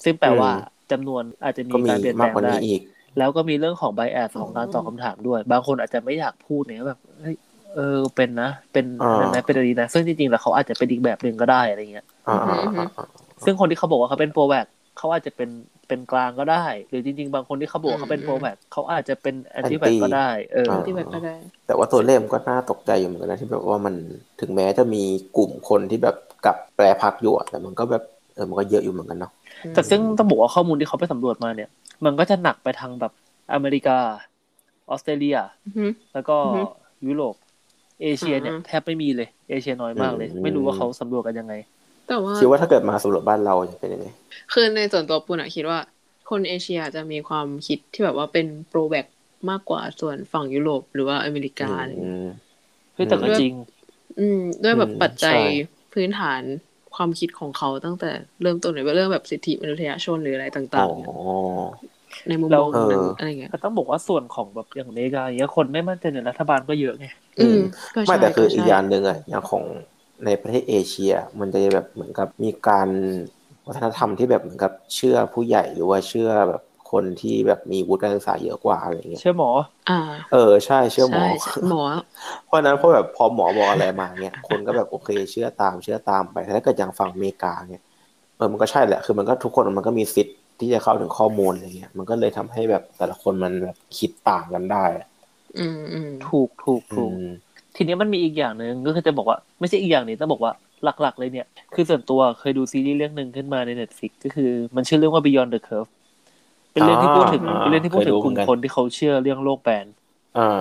S1: ซึ่งแปลว่าจำนวนอาจจะมี
S2: ก็มี
S1: การเปลี่ยน
S2: มา
S1: แป
S2: ก
S1: ลง
S2: กว่า
S1: ได้
S2: นี้อีก
S1: แล้วก็มีเรื่องของ bias ของการตอบคำถามด้วย บางคนอาจจะไม่อยากพูดเนี่ยแบบเฮ้ยเออเป็นนะ เป็น
S2: อ่า
S1: นั่นนะเป็นอะไรนะซึ่งจริงๆแล้วเขาอาจจะเป็นอีกแบบหนึ่งก็ได้อะไรเงี้ย
S2: อ่าอ่าอ่าอ่า
S1: ซึ่งคนที่เขาบอกว่าเขาเป็นโปรแวกเขาอาจจะเป็นเป็นกลางก็ได้ หรือจริงๆ บางคนที่เขาบอกว่าเขาเป็นโปรแวกเขาอาจจะเป็นแอนตี้แวกก็ได้เออ
S3: ที่แบบก็ได้
S2: แต่ว่าตัวเลขมันก็น่าตกใจอยู่เหมือนกันนะที่แบบว่ามันถึงแม้จะมีกลุ่มคนที่แบบกลับแปรพักอยู่อะแต่มันก็แบบเออมันก็เยอะอยู่เหมือนกันเนาะ
S1: แต่ซึ่งต้องบอกว่าข้อมูลที่เขาไปสำรวจมาเนี่ย มันก็จะหนักไปทางแบบอเมริกาออสเตรเลีย แล้วก็
S3: อือฮึ
S1: ยุโรปเอเชียเนี่ย
S3: อ่า
S1: แทบไม่มีเลย เอเชียน้อยมากเลย
S2: อืม
S1: ไม่รู้ว่าเขาสำรวจกันยังไง
S3: แต่ว่า
S2: คิดว่าถ้าเกิดมาสำรวจบ้านเราจะเป็นยังไง
S3: คือในส่วนตัวปุณอะคิดว่า คนเอเชียจะมีความคิดที่แบบว่าเป็นโปรแบกมากกว่าส่วนฝั่งยุโรปหรือว่าอเมริกาอะไรอย่างเงี้ย
S2: อืม
S1: เฮ้ยแต่ก็
S3: อืม
S1: จริง
S3: อืมด้วยแบบ
S2: อืม
S3: ปัจจัย
S2: ใช่
S3: พื้นฐานความคิดของเขาตั้งแต่เริ่มต้นเลยว่าเรื่องแบบสิทธิมนุษยชนหรืออะไรต่า
S2: อ๋อ
S3: งๆเนี่ยในมุม
S1: แล้
S3: ม
S1: ว
S3: องนั้น
S2: เอออ
S3: อะไรเงี้ย
S1: ก็ต้องบอกว่าส่วนของแบบอย่างอเมริกาอย่างเงี้ยคนไม่มั่นใจในรัฐบาลก็เยอะไง
S2: อืม
S3: อืมก็
S2: ไม่
S3: ใช่
S2: แต่คือ
S3: ก็
S2: อีก
S3: ใช่
S2: อย่างหนึ่งอะอย่างของในประเทศเอเชีย มันจะแบบเหมือนกับมีการวัฒนธรรมที่แบบเหมือนกับเชื่อผู้ใหญ่หรือว่าเชื่อแบบคนที่แบบมีวุฒิการศึกษาเยอะกว่าอะไรอย่างเงี้ย
S1: เชื่อหมอ
S3: อ่า
S2: เออใช่เชื่อหมอ
S3: ใช่ใช่หมอ
S2: เพราะฉะนั้นพอแบบพอหมอบอกอะไรมาเนี่ยคนก็แบบโอเคเชื่อตามเชื่อตามไปแต่ถ้าเกิดอย่างฝั่งอเมริกาเนี่ยเออมันก็ใช่แหละคือมันก็ทุกคนมันก็มีสิทธิ์ที่จะเข้าถึงข้อมูลอะไรเงี้ยมันก็เลยทำให้แบบแต่ละคนมันแบบคิดต่างกันได้อะ
S3: อืมอืม
S1: ถูกถูกถูก
S2: อืม
S1: ทีนี้มันมีอีกอย่างหนึ่งก็คือจะบอกว่าไม่ใช่อีกอย่างหนี้ต้องบอกว่าหลัก ๆ เลยเนี่ย คือส่วนตัวเคยดูซีรีส์เรื่องหนึ่งขึ้นมาใน Netflix ก็คือ มันชื่อเรื่องว่า Beyond the Curve เป็นเรื่องที่พูดถึง
S2: อ่า
S1: เป็นเรื่องที่พูดถึง
S2: เคยดู
S1: กลุ่ม
S2: เหมือนกัน
S1: คนที่เขาเชื่อเรื่องโลกแบน
S2: อ่า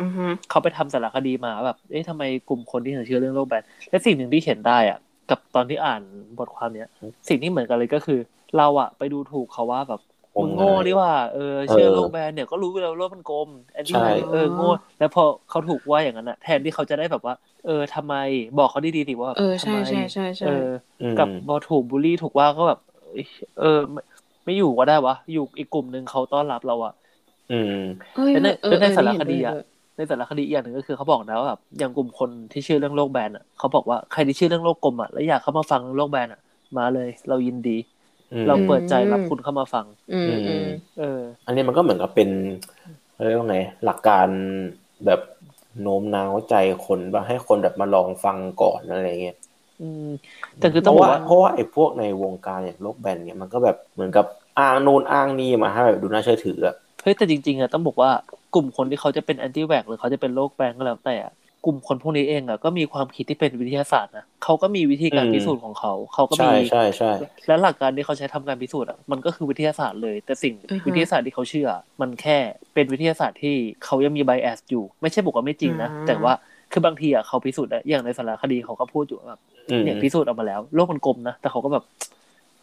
S3: อือฮึ
S1: เขาไปทำสารคดีมาแบบ เอ๊ะทำไมกลุ่มคนที่ถึงเชื่อเรื่องโรคแบนและสิ่งหนึ่งที่เห็นได้อะกับตอนที่อ่านบทความเนี้ย สิ่งที่เหมือนกันเลยก็คือ เราอะไปดูถูกเขาว่าแบบมึงโง่ดีว่าเออเชื่อโรคแบนเนี่ยก็รู้อยู่แล้วว่าโลกมันกลมแอนตี้ไว
S2: ใช่
S1: เออโง่แล้วพอเขาถูกว่าอย่างนั้นอะแทนที่เขาจะได้แบบว่า เออทำไมบอกเขาดีๆดิว่าแบบ
S3: เออใช่
S1: ทำไม
S3: ใช่ใช่ใช่
S1: เออ
S2: อืม
S1: กับพอถูกบูลลี่ถูกว่าก็แบบเอ้ยเออไม่ไม่อยู่ก็ได้วะอยู่อีกกลุ่มหนึ่งเขาต้อนรับเราอะ
S2: อืม
S3: เอ้ย
S1: แล้วใน
S3: เออ
S1: แล้วใน
S3: เออ
S1: สาร
S3: เห็น
S1: คดี
S3: วย
S1: อะ
S3: เห็นวย
S1: ในแต่ละคดีอีกอย่างหนึ่งก็คือเขาบอกนะว่าแบบอย่างกลุ่มคนที่เชื่อเรื่องโลกแบนอ่ะเขาบอกว่าใครที่เชื่อเรื่องโลกกลมอ่ะแล้วอยากเข้ามาฟังเรื่องโลกแบนอ่ะ มาเลย เรายินดี เราเปิดใจรับคุณเข้ามาฟัง
S3: อืมอืม
S1: เออ
S2: อันนี้มันก็เหมือนกับเป็นเรียกว่าไง หลักการแบบโน้มน้าวใจคนว่าให้คนแบบมาลองฟังก่อนอะไรเงี้ย
S1: อืม แต่คือ
S2: เพ
S1: ต้อง
S2: ราะ
S1: บอก
S2: ว่า
S1: ว่า
S2: เพราะว่าไอ้พวกในวงการอย่างโลกแบนเนี่ยมันก็แบบเหมือนกับอ้างนู่นอ้างนี่มาให้แบบดูน่าเชื่อถืออะ
S1: เฮ้ยแต่จริงๆอ่ะต้องบอกว่ากลุ่มคนที่เขาจะเป็นแอนตี้แวกหรือเขาจะเป็นโรคแบนก็แล้วแต่อะกลุ่มคนพวกนี้เองอ่ะก็มีความคิดที่เป็นวิทยาศาสตร์นะเขาก็มีวิธีการพิสูจน์ของเขาเขาก็
S2: ใช่
S1: มี
S2: ใช่ใช่
S1: และหลักการที่เขาใช้ทำการพิสูจน์อ่ะมันก็คือวิทยาศาสตร์เลย แต่สิ่งวิทยาศาสตร์ที่เขาเชื่อ มันแค่เป็นวิทยาศาสตร์ที่เขายังมีไบแอสอยู่ ไม่ใช่บอกว่าไม่จริงนะ แต่ว่าคือบางทีอ่ะเขาพิสูจน์ได้อย่างในสารคดีเขาก็พูดอยู่ว่าแบบ
S2: อืม
S1: เนี่ยพิสูจน์ออกมาแล้ว โลกมันกลมนะ แต่เขาก็แบบ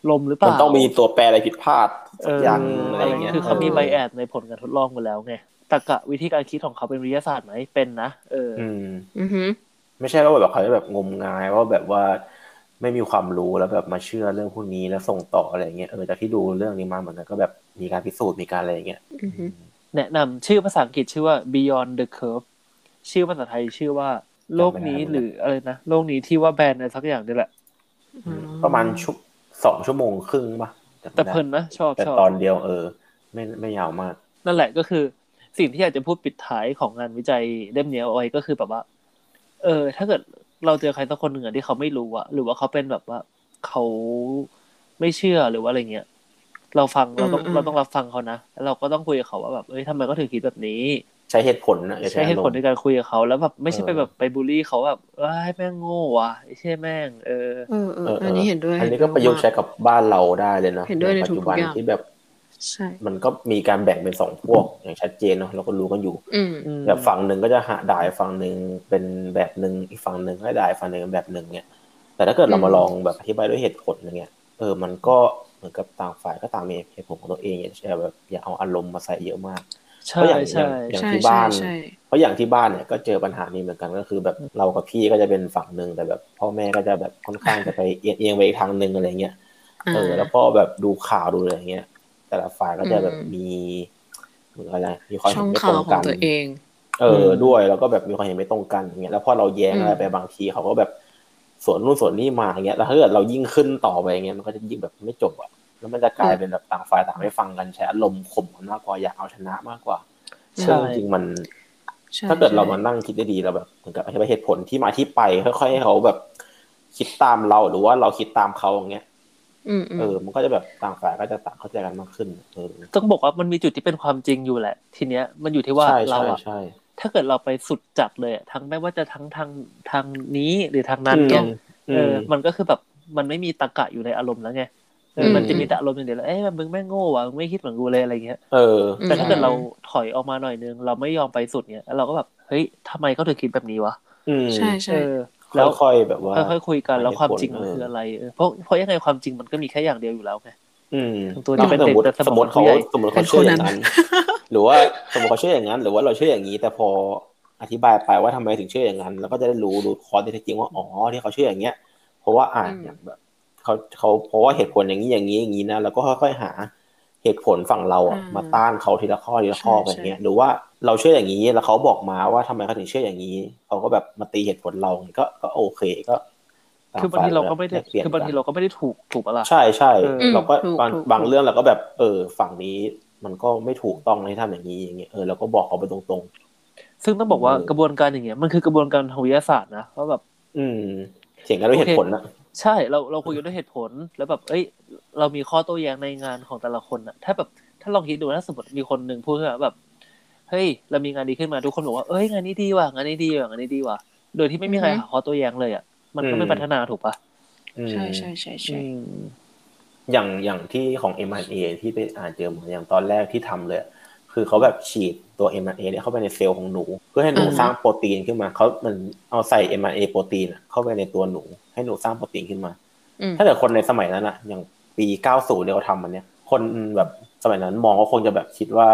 S1: ลมหรือเป
S2: มัน
S1: ล่า
S2: ต้องมีตัวแปรอะไรผิดพลาดสักอย่าง
S1: เ
S2: อะไรอย่างเงี้ย
S1: คือเขามี
S2: ออ
S1: ใบแอดในผลการทดลองไปแล้วไงตรรกะวิธีการคิดของเขาเป็นวิทยาศาสตร์ไหมเป็นนะ เอออ
S2: อืม
S3: อือหือ
S2: ไม่ใช่ว่าแบบเขาจะแบบงมงายว่าแบบว่าไม่มีความรู้แล้วแบบมาเชื่อเรื่องพวกนี้แล้วส่งต่ออะไรอย่างเงี้ยเออจากที่ดูเรื่องนี้มาเหมือนกันก็แบบมีการพิสูจน์มีการอะไรอย่างเงี้ย
S3: อือหือ
S1: แนะนำชื่อภาษาอังกฤษชื่อว่า Beyond the Curve ชื่อภาษาไทยชื่อว่า โลกนี้หรืออะไรนะ โลกนี้ที่ว่าแบรนด์อะไรสักอย่างนี่แหละ
S3: อืม
S2: ประมาณชุบสองชั่วโมงครึ่งปะจำไม่
S1: แต่
S2: ได้
S1: เพลินนะ ชอบ
S2: แต่
S1: ชอบ
S2: ตอนเดียวเออ ไม่ไม่ยาวมาก
S1: นั่นแหละก็คือสิ่งที่อยากจะพูดปิดท้ายของงานวิจัยเล่มเนี้ยเอาไว้ก็คือแบบว่า เออ ถ้าเกิดเราเจอใครสักคนหนึ่งอะที่เขาไม่รู้อะหรือว่าเขาเป็นแบบว่าเขาไม่เชื่อหรือว่าอะไรเงี้ยเราฟังเราต้อง
S3: อืมอืม
S1: เราต้องรับฟังเขานะแล้วเราก็ต้องคุยกับเขาว่าแบบเอ้ยทำไมเขาถึงคิดแบบนี้
S2: ใช้เหตุผลนะอย่า
S1: ใช้เหตุผลใน
S2: อารมณ์
S1: การคุยกับเขาแล้วแบบไม่ใช่ไป
S2: เออ
S1: แบบไปบูลลี่เขาแบบเอ้ยแม่งโง่ว่ะไอ้เชี่ยแม่งเออ
S3: เออเออ
S2: เออเอออั
S3: อันนี้เห็นด้วย
S2: อันนี้ก็ประยุกต์ใช้กับบ้านเราได้เลยเนาะ
S3: เห็นด้วยใน
S2: ปัจ
S3: ทุก
S2: จุ
S3: ๆ
S2: บัน
S3: อย่าง
S2: ที่แบบ
S3: ใช่
S2: มันก็มีการแบ่งเป็นสองพวกอย่างชัดเจนเนาะเราก็รู้กันอยู่
S3: อืม
S1: อืม
S2: แบบฝั่งหนึ่งก็จะหาด่ายฝั่งหนึ่งเป็นแบบหนึ่งอีกฝั่งหนึ่งก็ด่ายฝั่งหนึ่งเป็นแบบหนึ่งเนี่ย แต่ถ้าเกิดเรามา
S3: อืม
S2: ลองแบบอธิบายด้วยเหตุผลอย่างเงี้ยเออมันก็เหมือนกับต่างฝ่ายก็ต่างมีเหตุผลของตัวเองอย่าแบบอย่าเอาอารมณ์มาใส่เยอะมาก
S1: ใช่
S2: ก็อย่าง
S1: ใช่
S2: อย่าง
S3: ใช่
S2: ที่
S3: ใช่
S2: บ้าน
S3: ใช่
S2: เพราะอย่างที่บ้านเนี่ยก็เจอปัญหานี้เหมือนกันก็คือแบบเรากับพี่ก็จะเป็นฝั่งหนึ่งแต่แบบ พ่อแม่ก็จะแบบค่อนข้างจะไปเอียงเอียงไปอีกทางหนึ่งอะไรเงี้ยเออแล้วก็แบบดูข่าวดูอะไรเงี้ยแต่ละฝ่ายก็จะแบบ
S3: อืม
S2: มีเหมือนอะไรมีความเห็
S3: ช่
S2: น
S3: อง
S2: ไม่ต
S3: ข่า
S2: รง
S3: วข
S2: กั
S3: อง
S2: น
S3: ตัวเอง
S2: เออด้วยแล้วก็แบบมีความเห็นไม่ตรงกันอย่างเงี้ยแล้วพอเราแย้งอะไรไปบางทีเขาก็แบบสวนนู่นสวนนี่มาอย่างเงี้ยแล้วถ้าเกิดเรายิ่งขึ้นต่อไปอย่างเงี้ยมันก็จะยิ่งแบบไม่จบอ่ะแล้วมันจะกลายเป็นแบบต่างฝ่ายต่างไม่ฟังกันใช้อารมณ์ข่มกันมากกว่าอยากเอาชนะมากกว่า
S3: ใช่
S2: ซึ่งจริงๆมัน
S3: ใช่
S2: ถ้าเกิด
S3: ใช่
S2: เรามานั่งคิดได้ดีเราแบบเหมือนกับอธิบายเหตุผลที่มาที่ไปค่อยๆให้เขาแบบ คิดตามเราหรือว่าเราคิดตามเขาอย่างเงี้ย
S3: อืมอืม
S2: เออมันก็จะแบบต่างฝ่ายก็จะต่างเข้าใจกันมากขึ้นเออ
S1: ต้องบอกว่ามันมีจุดที่เป็นความจริงอยู่แหละ ทีเนี้ยมันอยู่ที่ว่า
S2: ใช่
S1: เรา
S2: ใช่
S1: อะ
S2: ใช่
S1: ถ้าเกิดเราไปสุดจัดเลยอะทั้งไม่ว่าจะทั้งทางทางนี้หรือทางนั้นเนี่ยเอออ มันก็คือแบบมันไม่มีตรรกะอยู่ในอารมณ์แล้วไงเออ
S2: ม
S1: มันจะมีแต่อารมณ์อย่างเดียวแล้วเอ้ยมึงแม่งโง่ว่ะมึงไม่คิดเหมือนกูเลยอะไรเงี้ย
S2: เออ
S1: แต่ถ้าเกิดเราถอยออกมาหน่อยนึงเราไม่ยอมไปสุดเนี่ยแล้วเราก็แบบเฮ้ยทำไมเขาถึงคิดแบบนี้วะ
S2: อืม
S3: ใช่
S1: เอ
S3: ใช่
S1: อ แล้
S2: แล้ว วค่อยๆแบบว่า
S1: ค่อยๆคุยกันแล้วความจริง
S2: เออ
S1: มันคืออะไรเออเพราะเพราะยังไงความจริงมันก็มีแค่อย่างเดียวอยู่แล้วไง
S2: อืม
S1: ตัวที่
S2: ถ้า
S1: เป็น
S2: สมมติ
S1: เด็กแต่
S2: สมมติ
S1: สม
S2: เขา
S1: องผู้ใหญ่
S2: สมมติเขาเชื่ออย่างนั้น หรือว่าสมมติเขาเชื่ออย่างนั้น หรือว่าเราเชื่ออย่างนี้ แต่พออธิบายไปว่าทำไมถึงเชื่ออย่างนั้นเราก็จะได้รู้รู้คอร์สที่แท้จริงว่าอ๋อที่เขาเชื่ออย่างเงี้ย เพราะว่าอ่า
S3: อืม
S2: อย่างแบบเขาเขาเพราะว่าเหตุผลอย่างนี้อย่างนี้อย่างนี้นะแล้วก็ค่อยๆหาเหตุผลฝั่งเราอ่ะ
S3: อืม
S2: มาต้านเขาทีละข้อทีละข้อไป
S3: ใช่
S2: อย่างเงี้ย
S3: ใช่
S2: หรือว่าเราเชื่ออย่างนี้แล้วเขาบอกมาว่าทำไมเขาถึงเชื่ออย่างนี้เขาก็แบบมาตีเหตุผลเราอย่างเงี้ยก็ก็โอเคก็ต่
S1: คือบางทีเราก็ไม่ได้
S2: แลเปลี่ยน
S1: คือบาง
S2: กัน
S1: ทีเราก็ไม่ได้ถูกถูกปะล่ะ
S2: ใช่ใช่
S1: เออ
S2: เราก็
S3: ถูก
S2: บาง
S3: ถูก
S2: บางเรื่องเราก็แบบ เออ ฝั่งนี้มันก็ไม่ถูกต้องในท่านอย่างนี้อย่างเงี้ยเออเราก็บอกเขาไปตรง
S1: ซึ่งต้องบอกว่า
S2: เออ
S1: กระบวนการอย่างเงี้ยมันคือกระบวนการทางวิทยาศาสตร์นะว่าแบบ
S2: ๆ อืมเถียงกันด้วยเหตุผลนะ
S1: ใช่เราเราคุยกันด้วยเหตุผลแล้วแบบ เอ้ย เรามีข้อโต้แย้งในงานของแต่ละคนอะถ้าแบบถ้าลองคิดดูนะสมมติมีคนหนึ่งพูดขึ้นมาแบบ เฮ้ย เรามีงานดีขึ้นมาทุกคนบอกว่าเอ้ยงานนี้ดีว่ะงานนี้ดีว่ะงานนี้ดีว่ะโดยที่ไม่มีใครหาข้อโต้แย้งเลยอะมันก็ไม่พัฒนาถูกปะ
S2: อืม
S3: ใช่ใช่ใช่ใช่
S1: อืม
S2: อย่างอย่างที่ของ m อ a ที่ไปอ่านเจอมาอย่างตอนแรกที่ทำเลยอะคือเขาแบบฉีดตัว m อ a เนี่ยเข้าไปในเซลล์ของหนู เพื่อให้หนู
S3: อ่าฮะ
S2: สร้างโปรตีนขึ้นมาเขามันเอาใส่ m อ a โปรตีนอะเข้าไปในตัวหนู ให้หนูสร้างโปรตีนขึ้นมา
S3: อืม
S2: ถ้าเกิดคนในสมัยนั้นอะอย่างปี 90เนี่ยเขาทำมันเนี่ย คนแบบสมัยนั้นมองว่าคงจะแบบคิดว่า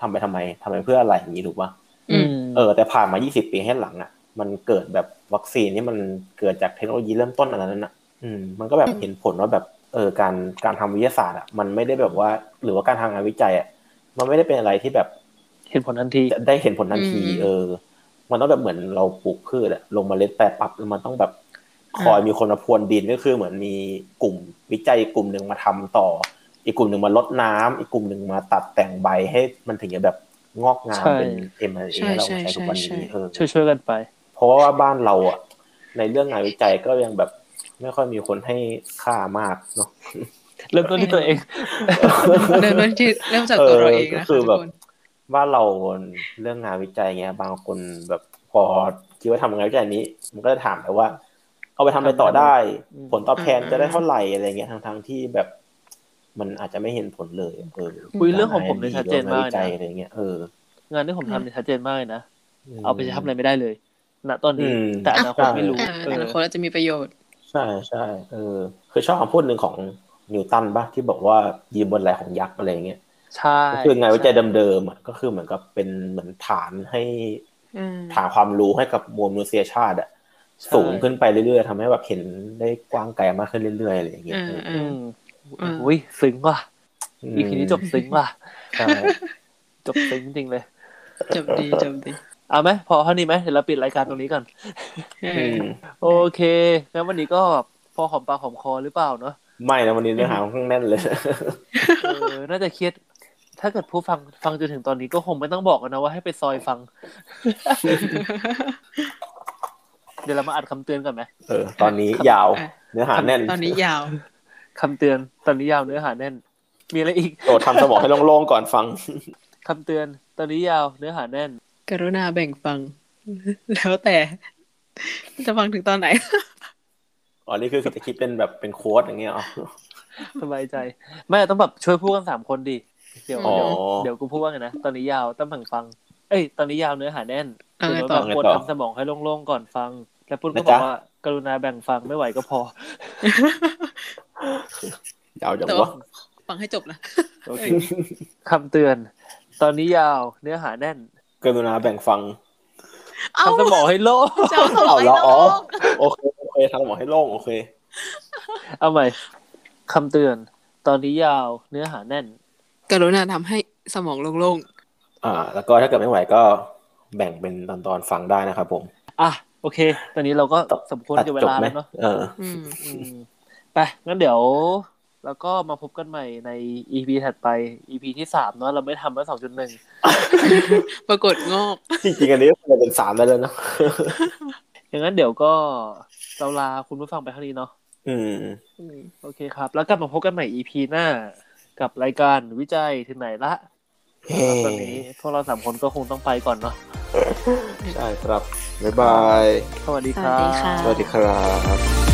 S2: ทำไปทำไมทำไปเพื่ออะไรอย่างนี้ถูกปะ
S3: อืม
S2: เออแต่ผ่านมา 20 ปีให้หลังอะมันเกิดแบบวัคซีนที่มันเกิดจากเทคโนโลยีเริ่มต้นอันนั้นอะอืมมันก็แบบเห็นผลว่าแบบเออการการทำวิทยาศาสตร์อะมันไม่ได้แบบว่า หรือว่าการทางงานวิจัยอะมันไม่ได้เป็นอะไรที่แบบ
S1: เห็นผลทันที
S2: จะได้เห็นผลทันที
S3: อืม
S2: เออ มันต้องแบบเหมือนเราปลูกพืชอะลงเมาเล็ดแปรปรับแล้วมันต้องแบบคอย
S3: อ่ามี
S2: มีคนมาพรวนดินก็คือเหมือนมีกลุ่มวิจัยกลุ่มหนึ่งมาทำต่อ อีกกลุ่มหนึ่งมาลดน้ำอีกกลุ่มหนึ่งมาตัดแต่งใบให้มันถึงจะแบบงอกงาม
S1: ใช่
S2: เป็นเอ็มเอ
S3: ใช่
S2: เรา
S3: ใช่
S2: ใช้ทุกวัน
S3: ใช่
S2: นี้
S3: ใช่
S2: เออ
S1: ช่วยช่วยกันไป
S2: เพราะว่าบ้านเราอะในเรื่องงานวิจัยก็ยังแบบไม่ค่อยมีคนให้ค่ามากเนาะ
S1: เริ่มต้นที่ตัวเอง
S3: เริ่มต้น ที่เริ่มจากตัวเราเองนะ
S2: ก็คื
S3: คะ
S2: อ
S3: ทุก
S2: แบบ
S3: คน
S2: บ้านเราเรื่องงานวิจัยเงี้ย บางคนแบบพอคิดว่าทำงานวิจัยนี้ มันก็จะถามแล้ว่า เอาไปทำอะไรต่อได้
S1: อืม
S2: ผลตอบแทน
S3: อืม
S2: จะได้เท่าไหร่อะไรเงี้ยทั้งทั้งๆที่แบบ มันอาจจะไม่เห็นผลเลยเออ
S1: คุยเรื่องของผมเนี่ย
S2: กา
S1: ชัดเจนมาก
S2: งวิ
S1: นะ
S2: จัยอะไรเงี้ยเออ
S1: งานที่ผมทำเนี่ยชัดเจนมากเลยนะเอาไปใช้ทำอะไรไม่ได้เลยณตอนนี้
S2: อืม
S1: แต่อนาคตไม่รู้
S3: อ่า
S1: เอ
S3: อ
S1: อ
S3: นาคตอาจจะมีประโยชน์
S2: ใช่ใช่เออคือชอบคำพูดหนึ่งของ นิวตันปะที่บอกว่ายืนบนไหล่ของยักษ์อะไรอย่างเงี้ย
S1: ใช่
S2: ก็คือไงานวิจัยเดิมๆอะก็คือเหมือนกับเป็นเหมือนฐานให้
S3: อืม
S2: ฐานความรู้ให้กับมวลมนุษยชาติอะสูงขึ้นไปเรื่อยๆทำให้แบบเห็นได้กว้างไกลมากขึ้นเรื่อยๆอะไรอย่างเงี้ย
S3: อืมอื
S1: อื
S3: ม
S1: ม
S3: อืม
S1: อุ้ยซึ้งว่ะ
S2: ม
S1: อีพีนี้จบซึ้งว่ะ
S2: ใช่
S1: จบซึ้งจริงเลย
S3: จบดีจบดี
S1: เอาไหมพอเท่านี้ไหมเดี๋ยวเราปิดรายการตรงนี้ก่อน
S3: เอ
S2: อื
S3: อ
S2: ม
S1: โอเคงั้นวันนี้ก็พอหอมปากหอมคอหรือเปล่าเนาะ
S2: ไม่นะวันนี้เนื้อหาค่อนข้างแน่นเลย
S1: เออ น่าจะเครียดถ้าเกิดผู้ฟังฟังจนถึงตอนนี้ก็คงไม่ต้องบอกกันนะว่าให้ไปซอย ฟัง เดี๋ยวเรามาอัดคำเตือนก่อนไหม
S2: เออ ตอนนี้ยาว
S3: อ่ะ
S2: เนื้อหาแน่น
S3: ตอนนี้ยาว
S1: คำเตือนตอนนี้ยาวเนื้อหาแน่น มีอะไรอีก
S2: โดดทำสมองให้โล่งๆก่อนฟัง
S1: คำเตือนตอนนี้ยาวเนื้อหาแน่น
S3: กรุณาแบ่ง ฟัง แล้วแต่ จะฟังถึงตอนไหน
S2: อ๋อ นี่คือจะคิดเป็นแบบเป็นโค้ดอย่างเงี้ยอ๋อ
S1: สบายใจ ไม่ต้องแบบช่วยพูดกันสามคนดิเดี๋ยว
S3: อ๋อ
S1: เดี๋ยวเดี๋ยวกูพูดว่าไงนะตอนนี้ยาวต้องแบ่งฟัง เอ้ยตอนนี้ยาวเนื้อหาแน่น
S3: เอาไง
S1: ถืว่า
S3: ต่
S1: แบ
S3: อ
S1: บควร
S2: ไงต่อ
S1: ทำสมองให้โล่งๆก่อนฟัง แล้วปุ้นก็
S2: นะ
S1: บ
S2: จ๊ะ
S1: อกว่ากรุณาแบ่งฟังไม่ไหวก็พอ
S2: ยาวจัง
S3: แต่
S2: วะ
S3: ว่าฟังให้จบนะ
S1: โอเคคำเตือน ตอนนี้ยาวเนื้อหาแน่น
S2: กรุณาแบ่งฟัง
S3: เอา
S1: ทำสมองให้โล่ง
S3: จะเอาสมองให้
S2: เอาเหรออ๋
S3: เรา
S2: อ โอเค โอเคทำสมองให้โล่งโอเค
S1: เอาใหม่คำเตือน ตอนนี้ยาวเนื้อหาแน่น
S3: กรุณาทำให้สมองโล่ง
S2: อ่า แล้วก็ถ้าเกิดไม่ไหวก็แบ่งเป็นตอนตอนๆฟังได้นะครับผม
S1: อ่ะโอเค ตอนนี้เราก็สมควร
S2: ตัด
S1: กับเว
S2: จบ
S1: ลา
S2: ไหม
S1: แล้วเนาะ
S2: เออ
S3: ๆอืม
S1: อืมไปงั้นเดี๋ยว แล้วก็มาพบกันใหม่ใน EP ถัดไป EP ที่สามเนาะเราไม่ทำแล้วสองจุดหนึ่ง
S3: ปรากฏงอก
S2: จริงๆอันนี้ก็ควรเป็นสามได้แล้วเนอะ
S1: อย่างนั้นเดี๋ยวก็เราลาคุณผู้ฟังไปเท่านี้เนาะ
S2: อืม
S3: อืม
S1: โอเคครับ แล้วกลับมาพบกันใหม่ EP หน้า กับรายการวิจัยถึงไหนละครับตอนนี้พวกเราสามคนก็คงต้องไปก่อนเนาะ
S2: ใช่ครับ บ๊ายบาย
S1: สวัสดี
S3: ส
S1: ค
S3: วั
S1: รับ
S3: สดีค่ะ
S2: สวัสดีครับ